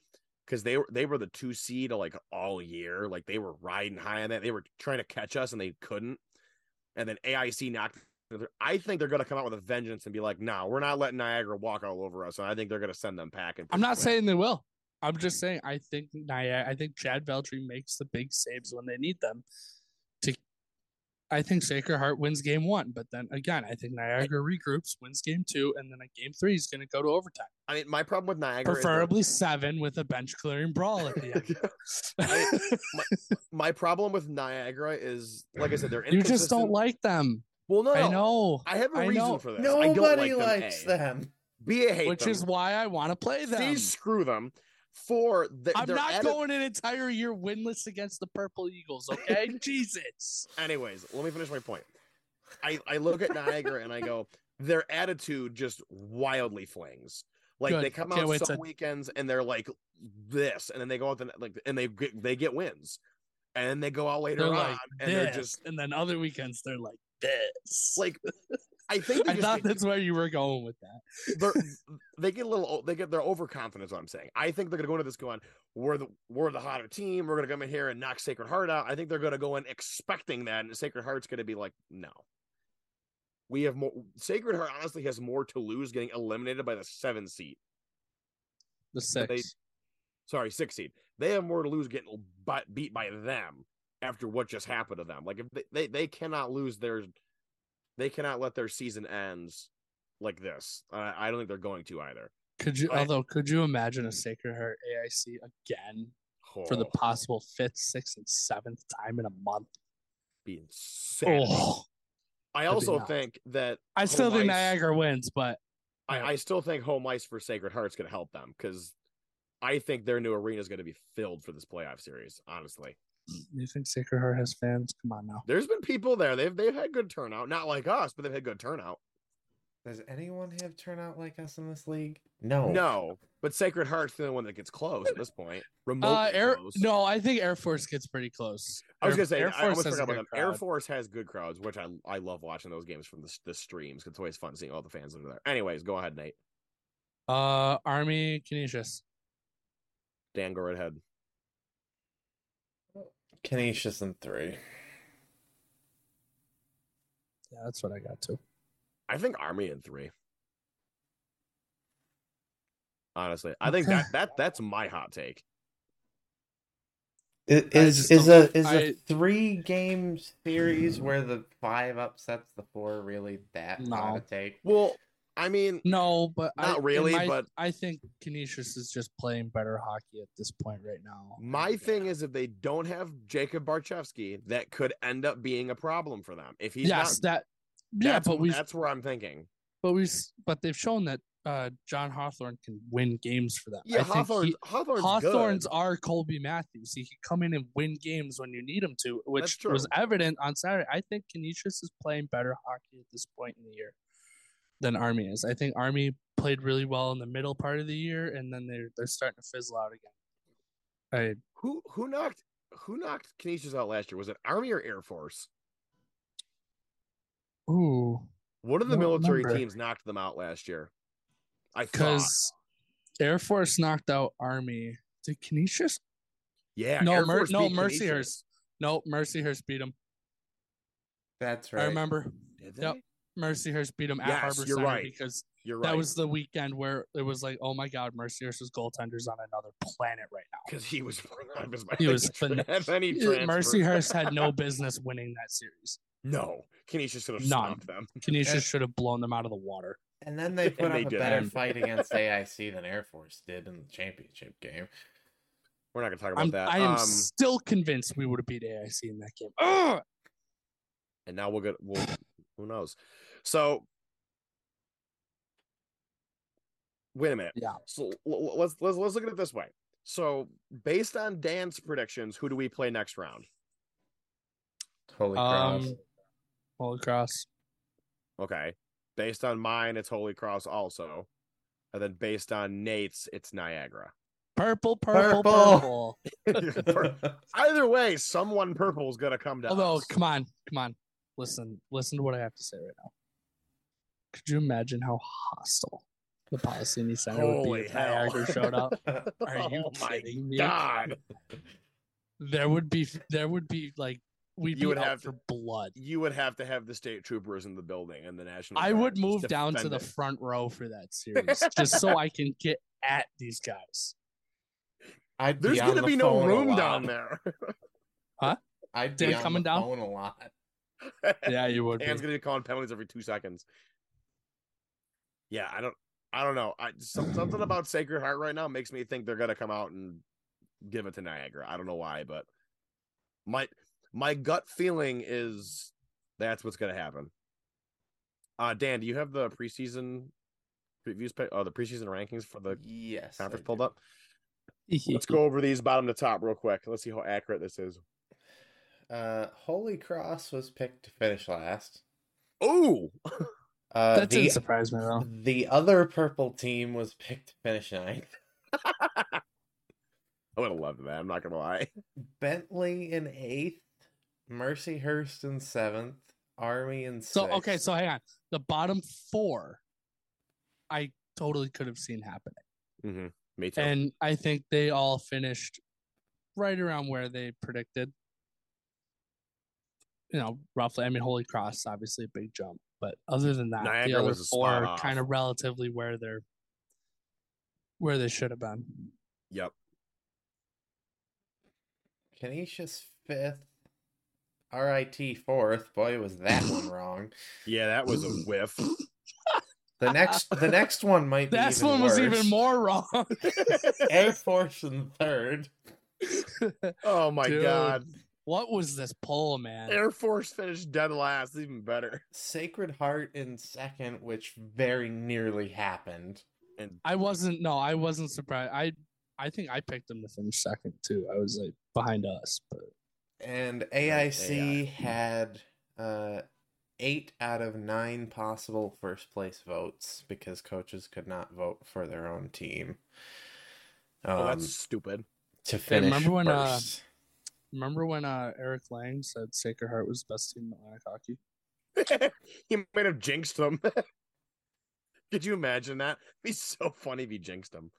Speaker 1: because they were they were the two seed like all year, like they were riding high on that. They were trying to catch us and they couldn't, and then AIC knocked. I think they're gonna come out with a vengeance and be like, "No, we're not letting Niagara walk all over us." And I think they're gonna send them packing.
Speaker 2: I'm
Speaker 1: pretty
Speaker 2: not
Speaker 1: quick.
Speaker 2: saying they will. I'm just saying I think Nia, I think Chad Veltry makes the big saves when they need them. To, I think Sacred Heart wins game one, but then again, I think Niagara regroups, wins game two, and then a game three is going to go to overtime,
Speaker 1: I mean, my problem with Niagara, is they're-
Speaker 2: preferably seven with a bench clearing brawl at the end.
Speaker 1: my problem with Niagara is like I said, they're
Speaker 2: you just don't
Speaker 1: inconsistent.
Speaker 2: like them.
Speaker 1: Well, no, no,
Speaker 2: I know.
Speaker 1: I have a
Speaker 2: I
Speaker 1: reason
Speaker 2: know.
Speaker 1: for this. I don't
Speaker 3: Nobody
Speaker 1: like them,
Speaker 3: likes
Speaker 1: A.
Speaker 3: them.
Speaker 1: B, I hate
Speaker 2: which
Speaker 1: them.
Speaker 2: is why I want to play them.
Speaker 1: C, screw them. Four, they,
Speaker 2: I'm
Speaker 1: they're
Speaker 2: not
Speaker 1: at a-
Speaker 2: going an entire year winless against the Purple Eagles, okay? Jesus.
Speaker 1: Anyways, let me finish my point. I, I look at Niagara and I go, their attitude just wildly flings. Like
Speaker 2: Good.
Speaker 1: they come
Speaker 2: Can't
Speaker 1: out
Speaker 2: wait
Speaker 1: some
Speaker 2: to-
Speaker 1: weekends and they're like this, and then they go out the, like and they get, they get wins, and then they go out later
Speaker 2: They're
Speaker 1: on
Speaker 2: like
Speaker 1: and
Speaker 2: this.
Speaker 1: they're just
Speaker 2: and then other weekends they're like this.
Speaker 1: like I think they
Speaker 2: I
Speaker 1: just
Speaker 2: thought
Speaker 1: get-
Speaker 2: that's where you were going with that.
Speaker 1: they're, they get a little o- they get their overconfidence. What I'm saying, I think they're gonna go into this going, we're the we're the hotter team. We're gonna come in here and knock Sacred Heart out. I think they're gonna go in expecting that, and Sacred Heart's gonna be like, no. We have more. Sacred Heart honestly has more to lose getting eliminated by the seven seed.
Speaker 2: The
Speaker 1: But
Speaker 2: six.
Speaker 1: they- Sorry, six seed. They have more to lose getting but beat by them after what just happened to them. Like if they, they they cannot lose their, they cannot let their season ends like this. I, I don't think they're going to either.
Speaker 2: could you
Speaker 1: I-
Speaker 2: although could you imagine a Sacred Heart AIC again for the
Speaker 1: Oh.
Speaker 2: possible fifth, sixth, and seventh time in a month?
Speaker 1: be insane.
Speaker 2: Oh.
Speaker 1: I
Speaker 2: be
Speaker 1: also
Speaker 2: nuts.
Speaker 1: think that
Speaker 2: I still think
Speaker 1: ice.
Speaker 2: Niagara wins, but
Speaker 1: I,
Speaker 2: Yeah.
Speaker 1: I still think home ice for Sacred Heart's going to help them because I think their new arena is going to be filled for this playoff series. Honestly,
Speaker 2: you think Sacred Heart has fans? Come on now.
Speaker 1: there's been people there. They've they've had good turnout, not like us, but they've had good turnout.
Speaker 3: Does anyone have turnout like us in this league?
Speaker 2: Oh.
Speaker 3: No.
Speaker 1: No, but Sacred Heart's the only one that gets close at this point. Remotely
Speaker 2: Uh, Air,
Speaker 1: close.
Speaker 2: no, I think Air Force gets pretty close.
Speaker 1: I was
Speaker 2: Air-
Speaker 1: gonna say
Speaker 2: Air
Speaker 1: I almost
Speaker 2: has
Speaker 1: forgot
Speaker 2: a
Speaker 1: about them.
Speaker 2: good
Speaker 1: Air
Speaker 2: crowd.
Speaker 1: Force has good crowds, which I I love watching those games from the, s- the streams 'cause it's always fun seeing all the fans that are there. Anyways, go ahead, Nate.
Speaker 2: Uh, Army Canisius.
Speaker 1: Dan, go right ahead.
Speaker 3: Canisius in three.
Speaker 2: Yeah, that's what I got too.
Speaker 1: I think Army in three. Honestly, I think that that that's my hot take.
Speaker 3: Is
Speaker 2: I
Speaker 3: is,
Speaker 2: just
Speaker 3: is
Speaker 2: don't-
Speaker 3: a is a
Speaker 2: I-
Speaker 3: three game series where the five upsets the four really that
Speaker 2: No.
Speaker 3: hot a take?
Speaker 1: Well, I mean,
Speaker 2: No, but I-
Speaker 1: Not
Speaker 2: in
Speaker 1: really,
Speaker 2: my-
Speaker 1: but-
Speaker 2: I think Canisius is just playing better hockey at this point right now.
Speaker 1: Oh,
Speaker 2: uh,
Speaker 1: my thing is if they don't have Jacob Barchevsky, that could end up being a problem for them. If he's
Speaker 2: yes,
Speaker 1: not,
Speaker 2: that. Yeah,
Speaker 1: that's-
Speaker 2: but we,
Speaker 1: that's where I'm thinking.
Speaker 2: but we, but they've shown that uh, John Hawthorne can win games for them.
Speaker 1: Yeah,
Speaker 2: I think
Speaker 1: Hawthorne's,
Speaker 2: he-
Speaker 1: Hawthorne's,
Speaker 2: Hawthorne's
Speaker 1: good.
Speaker 2: are Colby Matthews. He can come in and win games when you need him to, which
Speaker 1: true.
Speaker 2: was evident on Saturday. I think Canisius is playing better hockey at this point in the year than Army is. I think Army played really well in the middle part of the year, and then they're they're starting to fizzle out again.
Speaker 1: Who who knocked who knocked Canisius out last year? Was it Army or Air Force?
Speaker 2: I ooh,
Speaker 1: One of the
Speaker 2: I don't
Speaker 1: military
Speaker 2: remember.
Speaker 1: teams knocked them out last year. I thought,
Speaker 2: because Air Force knocked out Army. Did Canisius?
Speaker 1: yeah,
Speaker 2: no,
Speaker 1: Air
Speaker 2: Mer-
Speaker 1: Force
Speaker 2: no,
Speaker 1: beat
Speaker 2: Mercyhurst. No, Mercyhurst beat him.
Speaker 3: That's right.
Speaker 2: I remember
Speaker 1: Canisius. Did they?
Speaker 2: Yep. Mercyhurst beat him at
Speaker 1: Yes,
Speaker 2: Harbor
Speaker 1: you're
Speaker 2: Center
Speaker 1: right.
Speaker 2: because
Speaker 1: You're right.
Speaker 2: that was the weekend where it was like, oh my God, Mercyhurst's goaltender's on another planet right now.
Speaker 1: because he was he was,
Speaker 2: He was
Speaker 1: and then he transferred.
Speaker 2: Mercyhurst had no business winning that series.
Speaker 1: no Canisius should have
Speaker 2: None.
Speaker 1: stopped them.
Speaker 2: Canisius should have blown them out of the water.
Speaker 3: And then they put
Speaker 1: And they
Speaker 3: up a
Speaker 1: did.
Speaker 3: better
Speaker 2: And-
Speaker 3: fight against AIC than Air Force did in the championship game.
Speaker 1: We're not gonna talk about
Speaker 2: I'm,
Speaker 1: that.
Speaker 2: I am
Speaker 1: um,
Speaker 2: still convinced we would have beat AIC in that game. Ugh!
Speaker 1: and now we'll get we'll Who knows? So wait a minute.
Speaker 2: Yeah.
Speaker 1: So l- l- let's let's let's look at it this way. So based on Dan's predictions, who do we play next round?
Speaker 3: Holy cross.
Speaker 2: Um, Holy Cross.
Speaker 1: Okay. Based on mine, it's Holy Cross also. And then based on Nate's, it's Niagara.
Speaker 2: Purple, purple,
Speaker 3: Purple.
Speaker 2: purple.
Speaker 1: Either way, someone purple is gonna come down.
Speaker 2: Although, come on, come on. Listen, listen to what I have to say right now. Could you imagine how hostile the Palestinian Center would
Speaker 1: Holy
Speaker 2: be if
Speaker 1: hell.
Speaker 2: Niagara showed up? Are you
Speaker 1: oh my
Speaker 2: kidding me?
Speaker 1: god,
Speaker 2: There would be, there would be like, we'd
Speaker 1: You
Speaker 2: be
Speaker 1: would
Speaker 2: out
Speaker 1: have
Speaker 2: for
Speaker 1: to-
Speaker 2: blood.
Speaker 1: you would have to have the state troopers in the building and the national.
Speaker 2: I
Speaker 1: Guard
Speaker 2: would
Speaker 1: just
Speaker 2: move down to
Speaker 1: defend
Speaker 2: the
Speaker 1: it.
Speaker 2: front row for that series just so I can get at these guys.
Speaker 3: I'd
Speaker 1: There's
Speaker 3: on
Speaker 1: gonna
Speaker 3: the
Speaker 1: be no
Speaker 3: phone a
Speaker 1: room
Speaker 3: lot.
Speaker 1: down there.
Speaker 3: I'd
Speaker 2: Dan
Speaker 3: be on
Speaker 2: coming
Speaker 3: the
Speaker 2: down?
Speaker 3: phone a lot.
Speaker 2: Yeah, you would.
Speaker 1: Dan's gonna be calling penalties every two seconds. Yeah, I don't, I don't know. I some, something about Sacred Heart right now makes me think they're gonna come out and give it to Niagara. I don't know why, but my my gut feeling is that's what's gonna happen. Uh Dan, do you have the preseason previews? pa- Uh, the preseason rankings for the
Speaker 3: yes.
Speaker 1: conference
Speaker 3: I
Speaker 1: pulled
Speaker 3: do.
Speaker 1: up. Let's go over these bottom to top real quick. Let's see how accurate this is.
Speaker 3: Uh, Holy Cross was picked to finish last.
Speaker 1: Oh,
Speaker 3: Uh,
Speaker 2: That
Speaker 3: the,
Speaker 2: didn't surprise me though.
Speaker 3: the other purple team was picked to finish ninth.
Speaker 1: I would have loved that. I'm not gonna lie.
Speaker 3: Bentley in eighth. Mercyhurst in seventh. Army in sixth.
Speaker 2: So okay, so hang on. The bottom four, I totally could have seen happening,
Speaker 1: Mm-hmm. Me too.
Speaker 2: and I think they all finished right around where they predicted. You know, roughly. I mean, Holy Cross obviously a big jump, but other than that, the
Speaker 1: Niagara
Speaker 2: other
Speaker 1: was a spot
Speaker 2: four are
Speaker 1: off.
Speaker 2: kind of relatively where they're where they should have been.
Speaker 1: yep.
Speaker 3: Canisius fifth. RIT fourth. Boy, was that one wrong.
Speaker 1: Yeah, that was a whiff.
Speaker 3: The next, the next one might be.
Speaker 2: That
Speaker 3: even
Speaker 2: one was even
Speaker 3: worse.
Speaker 2: more wrong.
Speaker 3: Air Force in third.
Speaker 1: oh my
Speaker 2: Dude.
Speaker 1: god.
Speaker 2: what was this poll, man?
Speaker 1: Air Force finished dead last, even better.
Speaker 3: Sacred Heart in second, which very nearly happened.
Speaker 1: And
Speaker 2: I wasn't. No, I wasn't surprised. I I think I picked them to finish second too. I was like behind us, but
Speaker 3: And
Speaker 1: AI.
Speaker 3: AIC had uh, eight out of nine possible first place votes because coaches could not vote for their own team. Um,
Speaker 1: oh, that's stupid.
Speaker 3: to finish
Speaker 2: remember when, uh,
Speaker 3: first.
Speaker 2: remember when uh, Eric Lang said Sacred Heart was the best team in Atlantic hockey?
Speaker 1: he might have jinxed them. Could you imagine that? It'd be so funny if he jinxed them.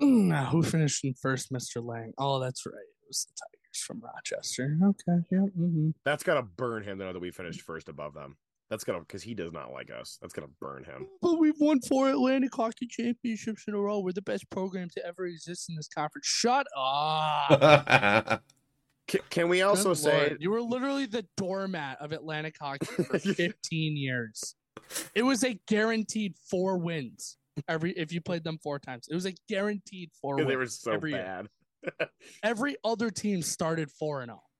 Speaker 2: Mm, now, who finished in first, Mister Lang? Oh, that's right. It was the Tigers from Rochester. Okay, yeah. hmm
Speaker 1: That's gotta burn him to know that we finished first above them. That's gonna because he does not like us. That's gonna burn him.
Speaker 2: But we've won four Atlantic hockey championships in a row. We're the best program to ever exist in this conference. Shut up.
Speaker 1: C- can we also
Speaker 2: Good
Speaker 1: say
Speaker 2: Lord, you were literally the doormat of Atlantic hockey for 15 years. It was a guaranteed four wins every if you played them four times. It was a guaranteed four
Speaker 1: they
Speaker 2: wins.
Speaker 1: were so
Speaker 2: every year.
Speaker 1: bad?
Speaker 2: Every other team started four and all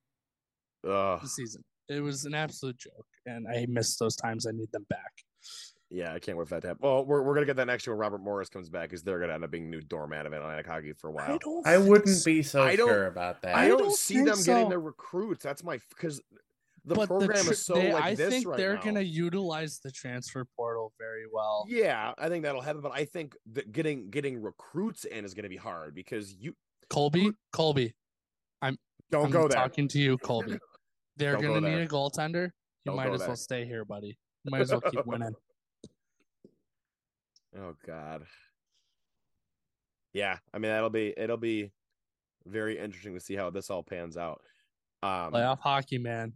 Speaker 1: Ugh.
Speaker 2: the season. It was an absolute joke, and I miss those times. I need them back.
Speaker 1: Yeah, I can't wait for that to happen. Well, we're, we're gonna get that next year when Robert Morris comes back because they're gonna end up being new doormat of Atlantic hockey for a while.
Speaker 2: don't.
Speaker 3: I
Speaker 2: think
Speaker 3: wouldn't
Speaker 2: so.
Speaker 3: be so
Speaker 1: I don't-
Speaker 3: sure about that.
Speaker 1: I don't,
Speaker 2: don't
Speaker 1: see
Speaker 2: think
Speaker 1: them getting
Speaker 2: so.
Speaker 1: their recruits. That's my because the
Speaker 2: but
Speaker 1: program
Speaker 2: tr-
Speaker 1: is so
Speaker 2: they-
Speaker 1: like
Speaker 2: I
Speaker 1: this
Speaker 2: think
Speaker 1: right
Speaker 2: they're
Speaker 1: now.
Speaker 2: gonna utilize the transfer portal very well.
Speaker 1: Yeah, I think that'll happen, but I think that getting getting recruits in is going to be hard because you
Speaker 2: Colby, Colby,
Speaker 1: don't
Speaker 2: I'm
Speaker 1: go there.
Speaker 2: talking to you, Colby. They're
Speaker 1: Don't go
Speaker 2: gonna need
Speaker 1: there.
Speaker 2: a goaltender. You
Speaker 1: Don't
Speaker 2: might
Speaker 1: go
Speaker 2: as
Speaker 1: there.
Speaker 2: well stay here, buddy. You might as well keep winning.
Speaker 1: Oh God. Yeah, I mean that'll be it'll be very interesting to see how this all pans out. Um,
Speaker 2: Playoff hockey, man.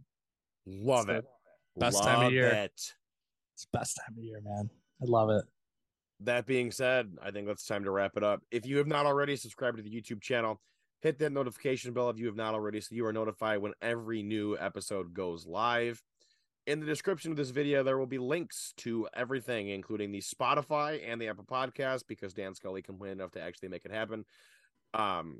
Speaker 1: love
Speaker 2: It's
Speaker 1: it,
Speaker 2: best time of
Speaker 1: Love
Speaker 2: year.
Speaker 1: it.
Speaker 2: It's the best time of year, man. I love it.
Speaker 1: that being said, I think that's time to wrap it up. If you have not already subscribed to the YouTube channel, hit that notification bell if you have not already, so you are notified when every new episode goes live. In the description of this video, there will be links to everything, including the Spotify and the Apple Podcast, because Dan Scully complained enough to actually make it happen. Um,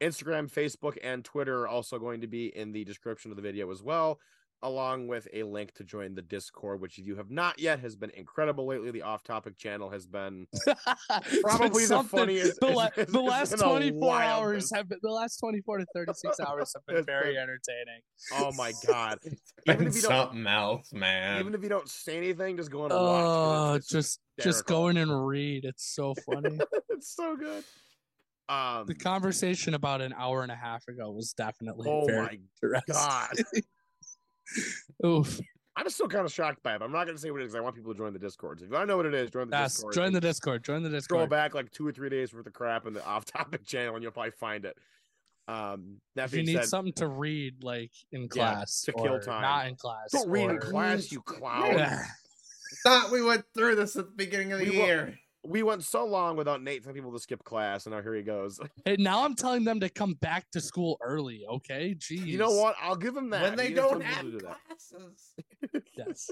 Speaker 1: Instagram, Facebook, and Twitter are also going to be in the description of the video as well. along with a link to join the Discord, which if you have not yet has been incredible lately. The off topic channel has been
Speaker 2: It's been
Speaker 1: Probably the
Speaker 2: something-
Speaker 1: funniest-
Speaker 2: The,
Speaker 1: it's-
Speaker 2: la-
Speaker 1: it's
Speaker 2: the last
Speaker 1: been a
Speaker 2: 24
Speaker 1: wild
Speaker 2: hours
Speaker 1: business.
Speaker 2: have been, the last 24 to 36 hours have been
Speaker 1: It's
Speaker 2: very
Speaker 1: been-
Speaker 2: entertaining.
Speaker 1: oh my god.
Speaker 3: It's
Speaker 1: Even
Speaker 3: been
Speaker 1: if you don't-
Speaker 3: something else, man.
Speaker 1: Even if you don't say anything, just go on and watch. 'cause
Speaker 2: Oh,
Speaker 1: it's-
Speaker 2: just just
Speaker 1: hysterical.
Speaker 2: go in and read. It's so funny.
Speaker 1: it's so good. Um,
Speaker 2: the conversation about an hour and a half ago was definitely
Speaker 1: oh
Speaker 2: very
Speaker 1: my
Speaker 2: interesting.
Speaker 1: god,
Speaker 2: Oof.
Speaker 1: I'm still kind of shocked by it. But I'm not going to say what it is. I want people to join the Discords. If you want to know what it is, join the
Speaker 2: Yes,
Speaker 1: Discord.
Speaker 2: join the Discord. Join the
Speaker 1: Scroll
Speaker 2: Discord.
Speaker 1: back like two or three days worth of crap in the off-topic channel, and you'll probably find it. Um, that
Speaker 2: If you
Speaker 1: being
Speaker 2: need
Speaker 1: said,
Speaker 2: something to read, like in class,
Speaker 1: to kill
Speaker 2: or
Speaker 1: time.
Speaker 2: not in class.
Speaker 1: don't read in
Speaker 2: or-
Speaker 1: class, you clown.
Speaker 2: Yeah.
Speaker 3: thought we went through this at the beginning of the
Speaker 1: We wa-
Speaker 3: year.
Speaker 1: We went so long without Nate telling people to skip class, and now here he goes.
Speaker 2: Hey, now I'm telling them to come back to school early. Okay, jeez.
Speaker 1: You know what? I'll give him that.
Speaker 3: when they
Speaker 1: He is
Speaker 3: don't
Speaker 1: telling
Speaker 3: have
Speaker 1: people to do that.
Speaker 3: classes.
Speaker 2: Yes.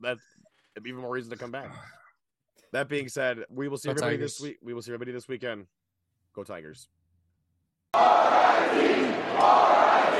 Speaker 1: That's even more reason to come back. That being said, we will see
Speaker 2: Go
Speaker 1: everybody this
Speaker 2: Tigers.
Speaker 1: week. We will see everybody this weekend. Go Tigers.
Speaker 4: R.I.P. R.I.P.